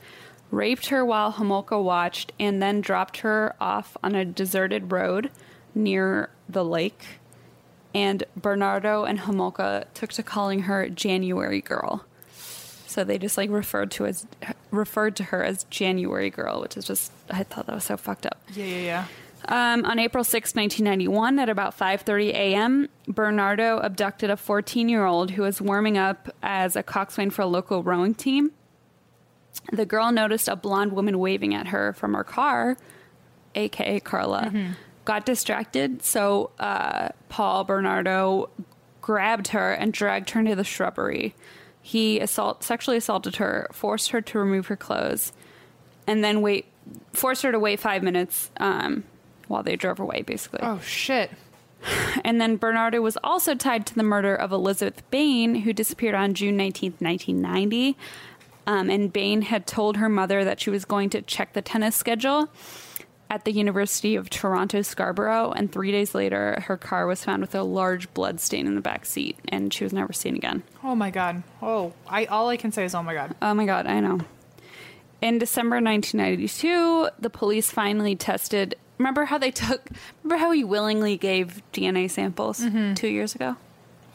Speaker 2: raped her while Homolka watched, and then dropped her off on a deserted road near the lake. And Bernardo and Homolka took to calling her January Girl. So they just like referred to as referred to her as January Girl, which is just I thought that was so fucked up.
Speaker 3: Yeah, yeah, yeah.
Speaker 2: Um, on April 6, 1991, at about 5:30 a.m., Bernardo abducted a 14-year-old who was warming up as a coxswain for a local rowing team. The girl noticed a blonde woman waving at her from her car, aka Carla. Got distracted, so uh, Paul Bernardo grabbed her and dragged her into the shrubbery. He assault sexually assaulted her, forced her to remove her clothes, and then wait forced her to wait five minutes um, while they drove away, basically.
Speaker 3: Oh shit.
Speaker 2: And then Bernardo was also tied to the murder of Elizabeth Bain, who disappeared on June 19th, 1990. Um, and Bain had told her mother that she was going to check the tennis schedule at the University of Toronto Scarborough. And three days later, her car was found with a large blood stain in the back seat, and she was never seen again.
Speaker 3: Oh my god. Oh, I all I can say is oh my god.
Speaker 2: Oh my God, I know. In December 1992, the police finally tested. Remember how they took, remember how he willingly gave DNA samples two years ago?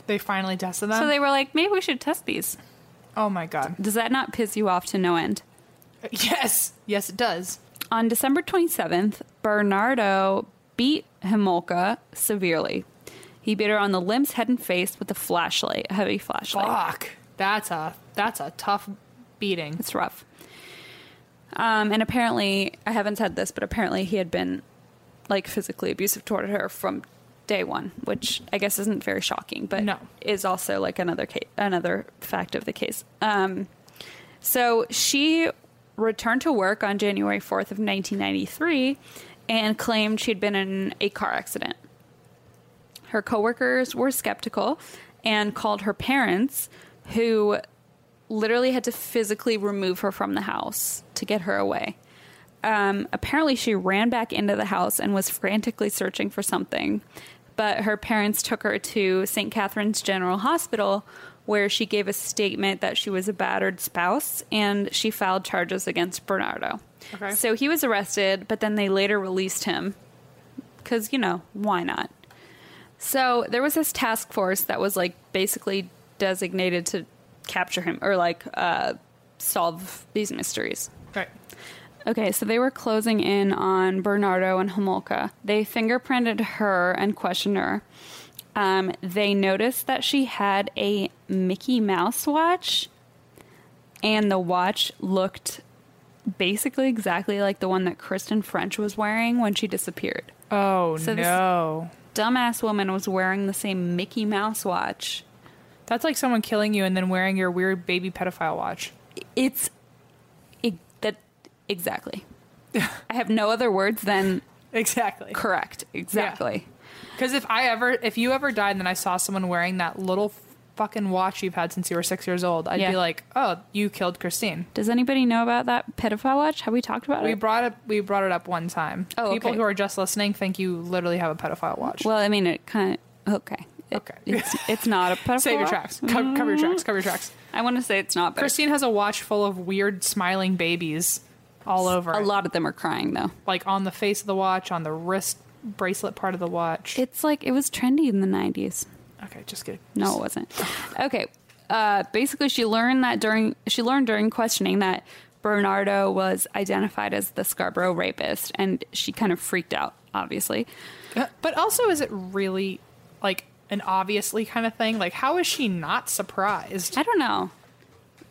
Speaker 3: They finally tested them.
Speaker 2: So they were like, maybe we should test these.
Speaker 3: oh my god.
Speaker 2: Does that not piss you off to no end?
Speaker 3: Yes. Yes, it does.
Speaker 2: On December 27th, Bernardo beat Himolka severely. He beat her on the limbs, head, and face with a flashlight, a heavy flashlight.
Speaker 3: Mm-hmm. Fuck. That's a that's a tough beating.
Speaker 2: It's rough. Um, and apparently, I haven't said this, but apparently he had been like physically abusive toward her from day one, which I guess isn't very shocking, but
Speaker 3: No.
Speaker 2: is also like another case, another fact of the case. Um, so she returned to work on January 4th of 1993 and claimed she'd been in a car accident. Her coworkers were skeptical and called her parents, who literally had to physically remove her from the house to get her away. Um, apparently, she ran back into the house and was frantically searching for something, but her parents took her to St. Catherine's General Hospital, where she gave a statement that she was a battered spouse and she filed charges against Bernardo.
Speaker 3: Okay.
Speaker 2: So he was arrested, but then they later released him because, you know, why not? So there was this task force that was like basically designated to capture him or like uh, solve these mysteries.
Speaker 3: Right.
Speaker 2: Okay, so they were closing in on Bernardo and Homolka. They fingerprinted her and questioned her. Um, they noticed that she had a Mickey Mouse watch, and the watch looked basically exactly like the one that Kristen French was wearing when she disappeared
Speaker 3: Oh
Speaker 2: So this-
Speaker 3: no.
Speaker 2: dumbass woman was wearing the same Mickey Mouse watch.
Speaker 3: That's like someone killing you and then wearing your weird baby pedophile watch.
Speaker 2: It's it, that exactly. I have no other words than
Speaker 3: Exactly.
Speaker 2: correct. Exactly.
Speaker 3: Because if I ever, if you ever died and then I saw someone wearing that little fucking watch you've had since you were six years old, I'd
Speaker 2: Yeah.
Speaker 3: be like, oh, you killed Christine.
Speaker 2: Does anybody know about that pedophile watch? Have we talked about
Speaker 3: We
Speaker 2: it?
Speaker 3: brought up, we brought it up one time.
Speaker 2: Oh,
Speaker 3: People
Speaker 2: okay.
Speaker 3: who are just listening think you literally have a pedophile watch.
Speaker 2: Well, I mean, it kind of okay. It-
Speaker 3: Okay.
Speaker 2: it's, it's not a pedophile.
Speaker 3: Save your
Speaker 2: watch.
Speaker 3: tracks. Co- cover
Speaker 2: mm-hmm.
Speaker 3: your tracks. Cover your tracks.
Speaker 2: I want to say it's not, but
Speaker 3: Christine has a watch full of weird smiling babies all over,
Speaker 2: a
Speaker 3: it.
Speaker 2: lot of them are crying though.
Speaker 3: like on the face of the watch, on the wrist bracelet part of the watch.
Speaker 2: It's like it was trendy in the nineties.
Speaker 3: okay, just kidding.
Speaker 2: No, it wasn't. Okay. Uh, basically, she learned that during she learned during questioning that Bernardo was identified as the Scarborough rapist, and she kind of freaked out. Obviously,
Speaker 3: Uh, But also, is it really like an obviously kind of thing? Like, how is she not surprised?
Speaker 2: I don't know,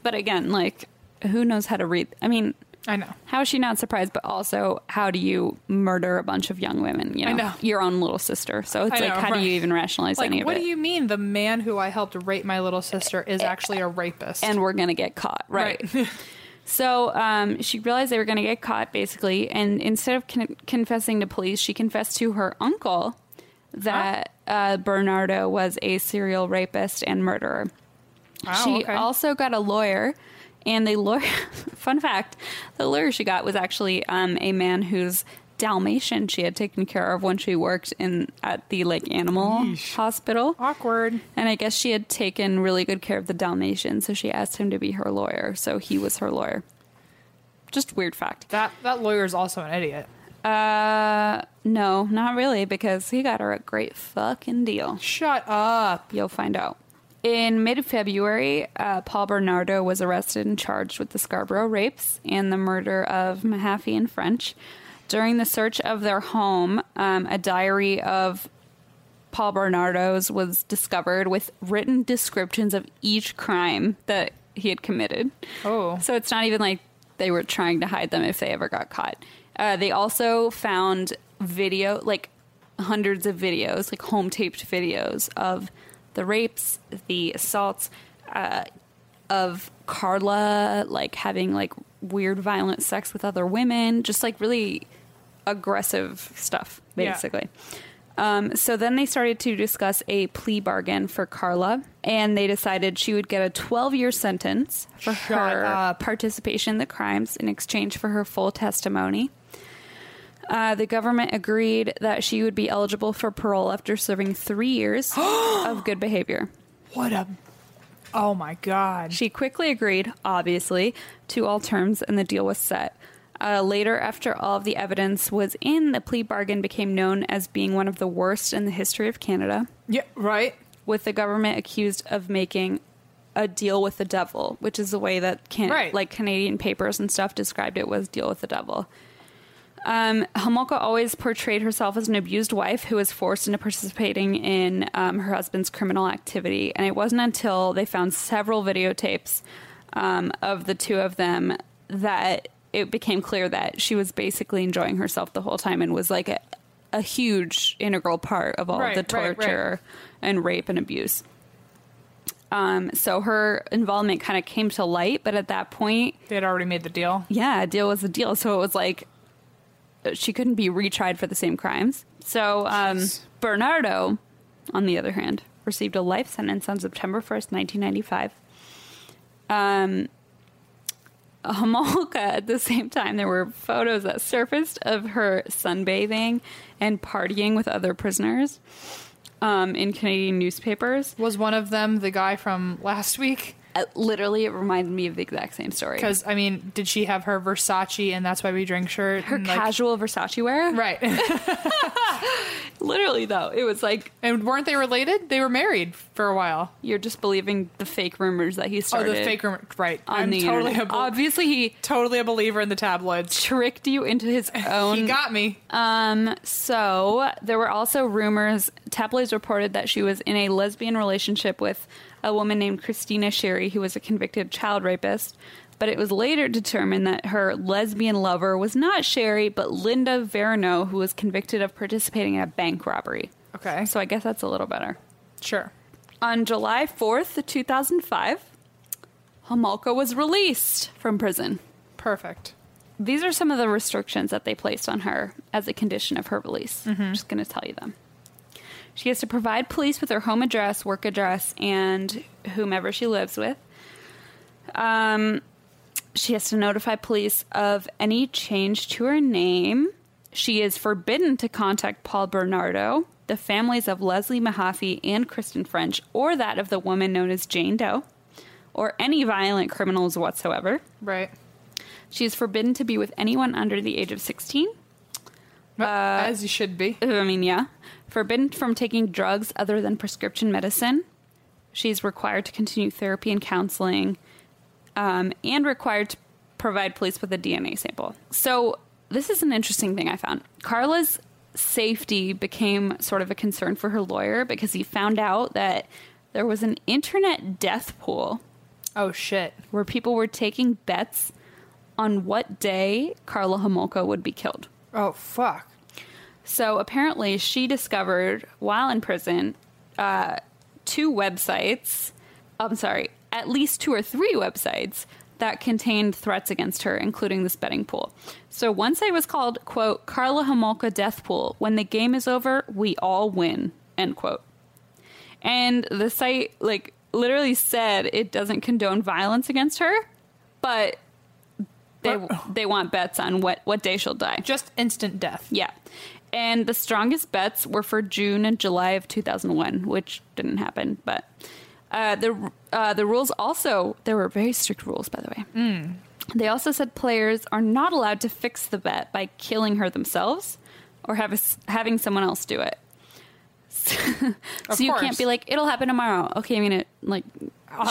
Speaker 2: but again, like who knows how to read? I mean,
Speaker 3: I know.
Speaker 2: how is she not surprised? But also, how do you murder a bunch of young women? You know,
Speaker 3: I know.
Speaker 2: your own little sister. So it's
Speaker 3: I
Speaker 2: like,
Speaker 3: know,
Speaker 2: how
Speaker 3: right.
Speaker 2: do you even rationalize any
Speaker 3: Like,
Speaker 2: of
Speaker 3: what
Speaker 2: it?
Speaker 3: do you mean the man who I helped rape my little sister is actually a rapist?
Speaker 2: and we're going to get caught. Right. so um, she realized they were going to get caught, basically. And instead of con- confessing to police, she confessed to her uncle that
Speaker 3: Ah.
Speaker 2: uh, Bernardo was a serial rapist and murderer.
Speaker 3: Wow,
Speaker 2: she
Speaker 3: okay.
Speaker 2: also got a lawyer. And the lawyer, fun fact, the lawyer she got was actually um, a man whose Dalmatian she had taken care of when she worked in at the like animal hospital.
Speaker 3: awkward.
Speaker 2: And I guess she had taken really good care of the Dalmatian, so she asked him to be her lawyer. So he was her lawyer. Just weird fact.
Speaker 3: That that lawyer is also an idiot.
Speaker 2: Uh, no, not really, because he got her a great fucking deal.
Speaker 3: Shut up.
Speaker 2: You'll find out. In mid February, uh, Paul Bernardo was arrested and charged with the Scarborough rapes and the murder of Mahaffey and French. During the search of their home, um, a diary of Paul Bernardo's was discovered with written descriptions of each crime that he had committed.
Speaker 3: Oh.
Speaker 2: So it's not even like they were trying to hide them if they ever got caught. Uh, they also found video, like hundreds of videos, like home taped videos of the rapes, the assaults, uh, of Carla, like having like weird violent sex with other women, just like really aggressive stuff,
Speaker 3: Yeah.
Speaker 2: basically. Um, so then they started to discuss a plea bargain for Carla, and they decided she would get a 12 year sentence for
Speaker 3: Shut
Speaker 2: her
Speaker 3: up.
Speaker 2: uh, participation in the crimes in exchange for her full testimony. Uh, the government agreed that she would be eligible for parole after serving three years of good behavior.
Speaker 3: What a. Oh my god.
Speaker 2: She quickly agreed, obviously, to all terms, and the deal was set. Uh, later, after all of the evidence was in, the plea bargain became known as being one of the worst in the history of Canada,
Speaker 3: Yeah. Right.
Speaker 2: with the government accused of making a deal with the devil, which is the way that can-
Speaker 3: Right.
Speaker 2: like Canadian papers and stuff described it was deal with the devil. Um, Homolka always portrayed herself as an abused wife who was forced into participating in um, her husband's criminal activity. And it wasn't until they found several videotapes um, of the two of them that it became clear that she was basically enjoying herself the whole time and was like a, a huge integral part of all
Speaker 3: Right,
Speaker 2: the
Speaker 3: right, right.
Speaker 2: torture and rape and abuse. Um, so her involvement kind of came to light, but at that point,
Speaker 3: They had already made the deal.
Speaker 2: yeah, a deal was a deal. So it was like she couldn't be retried for the same crimes. So um, Bernardo, on the other hand, received a life sentence on September 1st, 1995. Um, Homolka, at the same time, there were photos that surfaced of her sunbathing and partying with other prisoners um, in Canadian newspapers.
Speaker 3: Was one of them the guy from last week?
Speaker 2: Uh, literally, it reminded me of the exact same story.
Speaker 3: Because I mean, did she have her Versace and that's why we drink shirt?
Speaker 2: her
Speaker 3: and, like-
Speaker 2: casual Versace wear.
Speaker 3: right?
Speaker 2: Literally, though, it was like
Speaker 3: and weren't they related? They were married for a while.
Speaker 2: you're just believing the fake rumors that he started.
Speaker 3: Oh, the fake rumor. Right.
Speaker 2: on
Speaker 3: I'm
Speaker 2: the
Speaker 3: totally
Speaker 2: internet.
Speaker 3: a bel-
Speaker 2: Obviously, he
Speaker 3: totally a believer in the tabloids.
Speaker 2: tricked you into his own.
Speaker 3: He got me.
Speaker 2: um. So there were also rumors. Tabloids reported that she was in a lesbian relationship with a woman named Christina Sherry, who was a convicted child rapist. But it was later determined that her lesbian lover was not Sherry, but Linda Verno, who was convicted of participating in a bank robbery.
Speaker 3: Okay.
Speaker 2: So I guess that's a little better.
Speaker 3: Sure.
Speaker 2: On July 4th, 2005, Homolka was released from prison.
Speaker 3: Perfect.
Speaker 2: These are some of the restrictions that they placed on her as a condition of her release. I'm just going to tell you them. She has to provide police with her home address, work address, and whomever she lives with. Um, she has to notify police of any change to her name. She is forbidden to contact Paul Bernardo, the families of Leslie Mahaffey and Kristen French, or that of the woman known as Jane Doe, or any violent criminals whatsoever.
Speaker 3: Right.
Speaker 2: She is forbidden to be with anyone under the age of 16. uh,
Speaker 3: As you should be.
Speaker 2: I mean, yeah. Forbidden from taking drugs other than prescription medicine. She's required to continue therapy and counseling um, and required to provide police with a DNA sample. So, this is an interesting thing I found. Carla's safety became sort of a concern for her lawyer because he found out that there was an internet death pool
Speaker 3: Oh shit.
Speaker 2: where people were taking bets on what day Carla Homolka would be killed.
Speaker 3: Oh fuck.
Speaker 2: So apparently, she discovered while in prison uh, two websites. I'm sorry, at least two or three websites that contained threats against her, including this betting pool. So one site was called "quote Carla Homolka Death Pool." When the game is over, we all win. End quote. And the site like literally said it doesn't condone violence against her, but they they want bets on what what day she'll die.
Speaker 3: Just instant death.
Speaker 2: Yeah. And the strongest bets were for June and July of 2001, which didn't happen. But uh, the uh, the rules also there were very strict rules, by the way.
Speaker 3: Hmm.
Speaker 2: They also said players are not allowed to fix the bet by killing her themselves or have a s having someone else do it. so
Speaker 3: Of
Speaker 2: you
Speaker 3: course.
Speaker 2: can't be like, "It'll happen tomorrow." Okay, I mean it like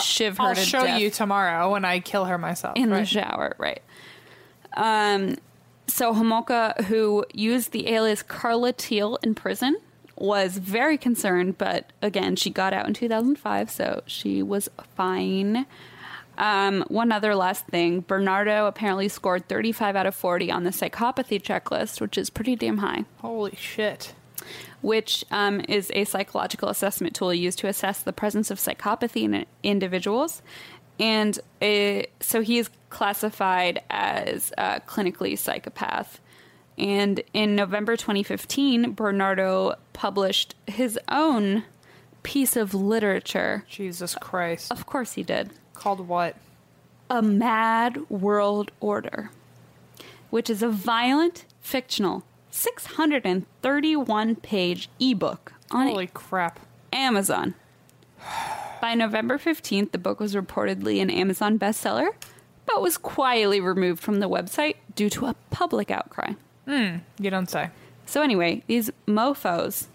Speaker 2: shiv her
Speaker 3: I'll
Speaker 2: to
Speaker 3: show
Speaker 2: death
Speaker 3: you tomorrow when I kill her myself.
Speaker 2: in the
Speaker 3: right?
Speaker 2: shower, right? Um, so Homolka, who used the alias Carla Teal in prison, was very concerned, but again, she got out in 2005, so she was fine. Um, one other last thing Bernardo apparently scored 35 out of 40 on the psychopathy checklist, which is pretty damn high
Speaker 3: Holy shit.
Speaker 2: which um, is a psychological assessment tool used to assess the presence of psychopathy in individuals. And uh so he is classified as a clinically psychopath. And in November 2015, Bernardo published his own piece of literature.
Speaker 3: Jesus Christ.
Speaker 2: Of course, he did
Speaker 3: Called what?
Speaker 2: a mad world order, which is a violent, fictional, 631 page ebook on
Speaker 3: Holy crap.
Speaker 2: Amazon. By November 15th, the book was reportedly an Amazon bestseller, but was quietly removed from the website due to a public outcry.
Speaker 3: You don't say.
Speaker 2: So, anyway, these mofos,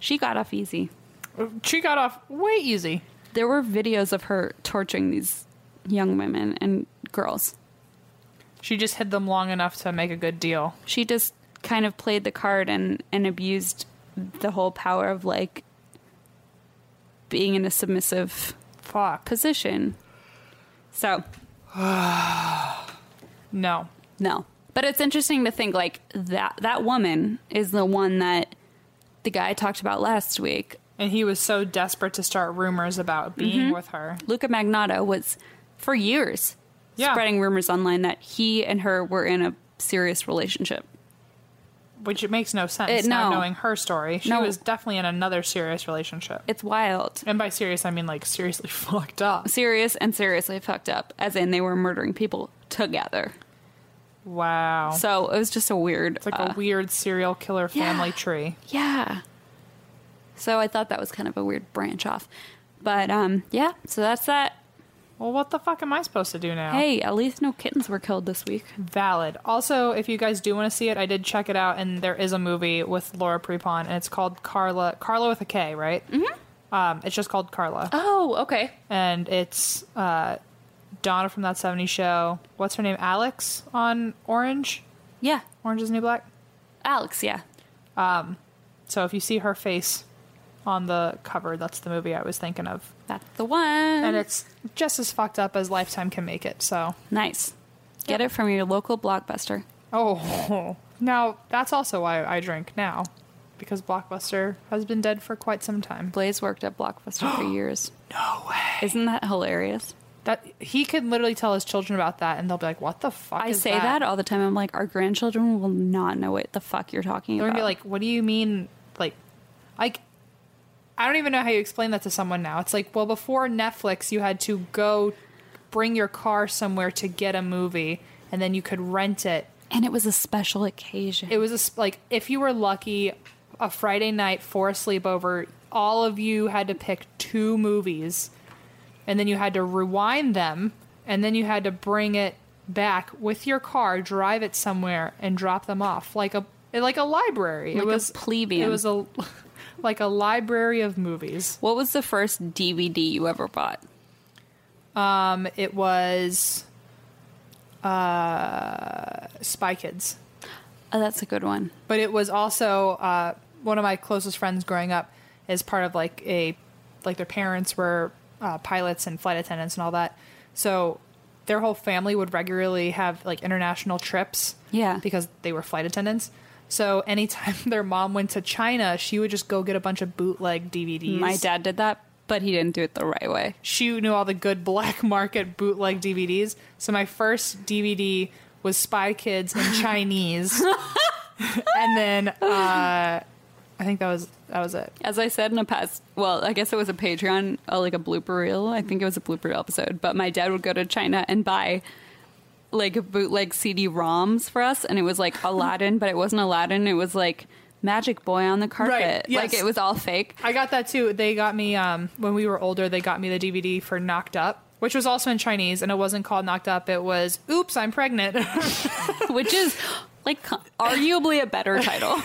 Speaker 2: she got off easy.
Speaker 3: She got off way easy.
Speaker 2: There were videos of her torturing these young women and girls.
Speaker 3: She just hid them long enough to make a good deal.
Speaker 2: She just kind of played the card and, and abused the whole power of like being in a submissive
Speaker 3: Fuck.
Speaker 2: position. So,
Speaker 3: No.
Speaker 2: No. But it's interesting to think like that that woman is the one that the guy talked about last week.
Speaker 3: And he was so desperate to start rumors about being
Speaker 2: Mm-hmm.
Speaker 3: with her.
Speaker 2: Luca Magnotta was for years
Speaker 3: Yeah.
Speaker 2: spreading rumors online that he and her were in a serious relationship.
Speaker 3: Which it makes no sense
Speaker 2: It-
Speaker 3: now
Speaker 2: Eh, no.
Speaker 3: knowing her story. She
Speaker 2: No.
Speaker 3: was definitely in another serious relationship.
Speaker 2: It's wild.
Speaker 3: and by serious, I mean like seriously fucked up.
Speaker 2: Serious and seriously fucked up, as in they were murdering people together.
Speaker 3: Wow.
Speaker 2: So it was just a weird.
Speaker 3: it's like
Speaker 2: uh,
Speaker 3: a weird serial killer family tree.
Speaker 2: Yeah. So I thought that was kind of a weird branch off. But um, yeah, so that's that.
Speaker 3: Well, what the fuck am I supposed to do now?
Speaker 2: Hey, at least no kittens were killed this week.
Speaker 3: Valid. Also, if you guys do want to see it, I did check it out, and there is a movie with Laura Prepon, and it's called Carla. Carla with a K, right? Mm-hmm. Um, it's just called Carla,
Speaker 2: Oh, okay.
Speaker 3: and it's uh, Donna from that '70s show. What's her name? Alex on Orange.
Speaker 2: Yeah,
Speaker 3: Orange is the New Black.
Speaker 2: Alex. Yeah,
Speaker 3: So if you see her face on the cover, that's the movie I was thinking of,
Speaker 2: that's the one.
Speaker 3: and it's just as fucked up as Lifetime can make it. So
Speaker 2: nice. Get it from your local blockbuster.
Speaker 3: Oh, now that's also why I drink now, because Blockbuster has been dead for quite some time.
Speaker 2: Blaze worked at Blockbuster for years.
Speaker 3: No way.
Speaker 2: Isn't that hilarious?
Speaker 3: That he could literally tell his children about that, and they'll be like, "What the fuck?"
Speaker 2: I
Speaker 3: is
Speaker 2: say that? all the time. I'm like, our grandchildren will not know what the fuck you're talking
Speaker 3: They're
Speaker 2: about.
Speaker 3: gonna be like, "What do you mean?" Like, like, I don't even know how you explain that to someone now. It's like, well, before Netflix, you had to go bring your car somewhere to get a movie, and then you could rent it
Speaker 2: and it was a special occasion.
Speaker 3: it was a, sp- like if you were lucky a friday night for a sleepover all of you had to pick two movies and then you had to rewind them and then you had to bring it back with your car drive it somewhere and drop them off like a like a library
Speaker 2: Like
Speaker 3: it
Speaker 2: a
Speaker 3: was
Speaker 2: plebeian.
Speaker 3: it was a like a library of movies
Speaker 2: what was the first DVD you ever bought?
Speaker 3: um it was uh spy kids
Speaker 2: Oh, that's a good one.
Speaker 3: but it was also uh, one of my closest friends growing up is part of like a like their parents were uh, pilots and flight attendants and all that so their whole family would regularly have like international trips
Speaker 2: Yeah.
Speaker 3: because they were flight attendants so anytime their mom went to china she would just go get a bunch of bootleg dvds
Speaker 2: My dad did that, but he didn't do it the right way.
Speaker 3: she knew all the good black market bootleg DVDs. So my first DVD was Spy Kids in Chinese, and then uh, I think that was that was it.
Speaker 2: As I said in a past, well, I guess it was a Patreon, uh, like a blooper reel. I think it was a blooper reel episode. But my dad would go to China and buy like bootleg CD ROMs for us, and it was like Aladdin, but it wasn't Aladdin. It was like Magic Boy on the carpet.
Speaker 3: Right, yes.
Speaker 2: Like it was all fake.
Speaker 3: I got that too. They got me um, when we were older. They got me the DVD for Knocked Up, which was also in Chinese, and it wasn't called Knocked Up. It was Oops, I'm pregnant.
Speaker 2: which is like co- arguably a better title.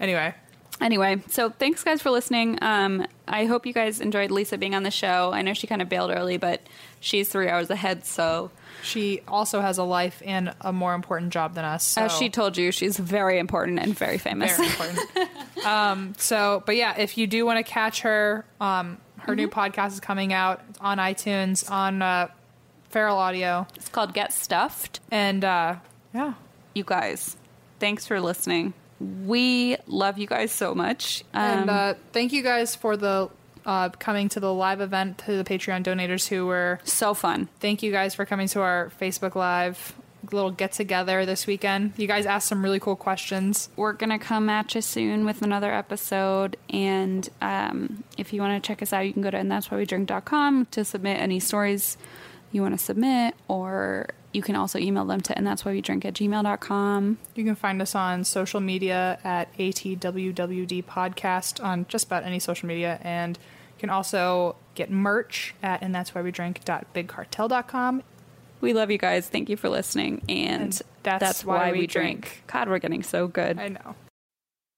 Speaker 3: anyway,
Speaker 2: anyway, so thanks guys for listening. Um, I hope you guys enjoyed Lisa being on the show. I know she kind of bailed early, but she's three hours ahead, so
Speaker 3: she also has a life and a more important job than us. So.
Speaker 2: as she told you, she's very important and very famous.
Speaker 3: Oh. very important. um, so, but yeah, if you do want to catch her, um, her new podcast is coming out It's on iTunes, on uh, Feral Audio,
Speaker 2: it's called Get Stuffed.
Speaker 3: and uh, yeah,
Speaker 2: You guys, thanks for listening. We love you guys so much. Um,
Speaker 3: and uh, thank you guys for the uh, coming to the live event to the Patreon donators who were.
Speaker 2: so fun.
Speaker 3: Thank you guys for coming to our Facebook Live little get together this weekend. You guys asked some really cool questions.
Speaker 2: we're gonna come at you soon with another episode and um, if you want to check us out you can go to and that's why we drink.com to submit any stories you want to submit or you can also email them to and that's why we drink at gmail.com
Speaker 3: You can find us on social media at ATWWD Podcast on just about any social media. And you can also get merch at and that's why we drink.bigcartel.com.
Speaker 2: we love you guys thank you for listening and, that's, why, we drink. god we're getting so good
Speaker 3: I know.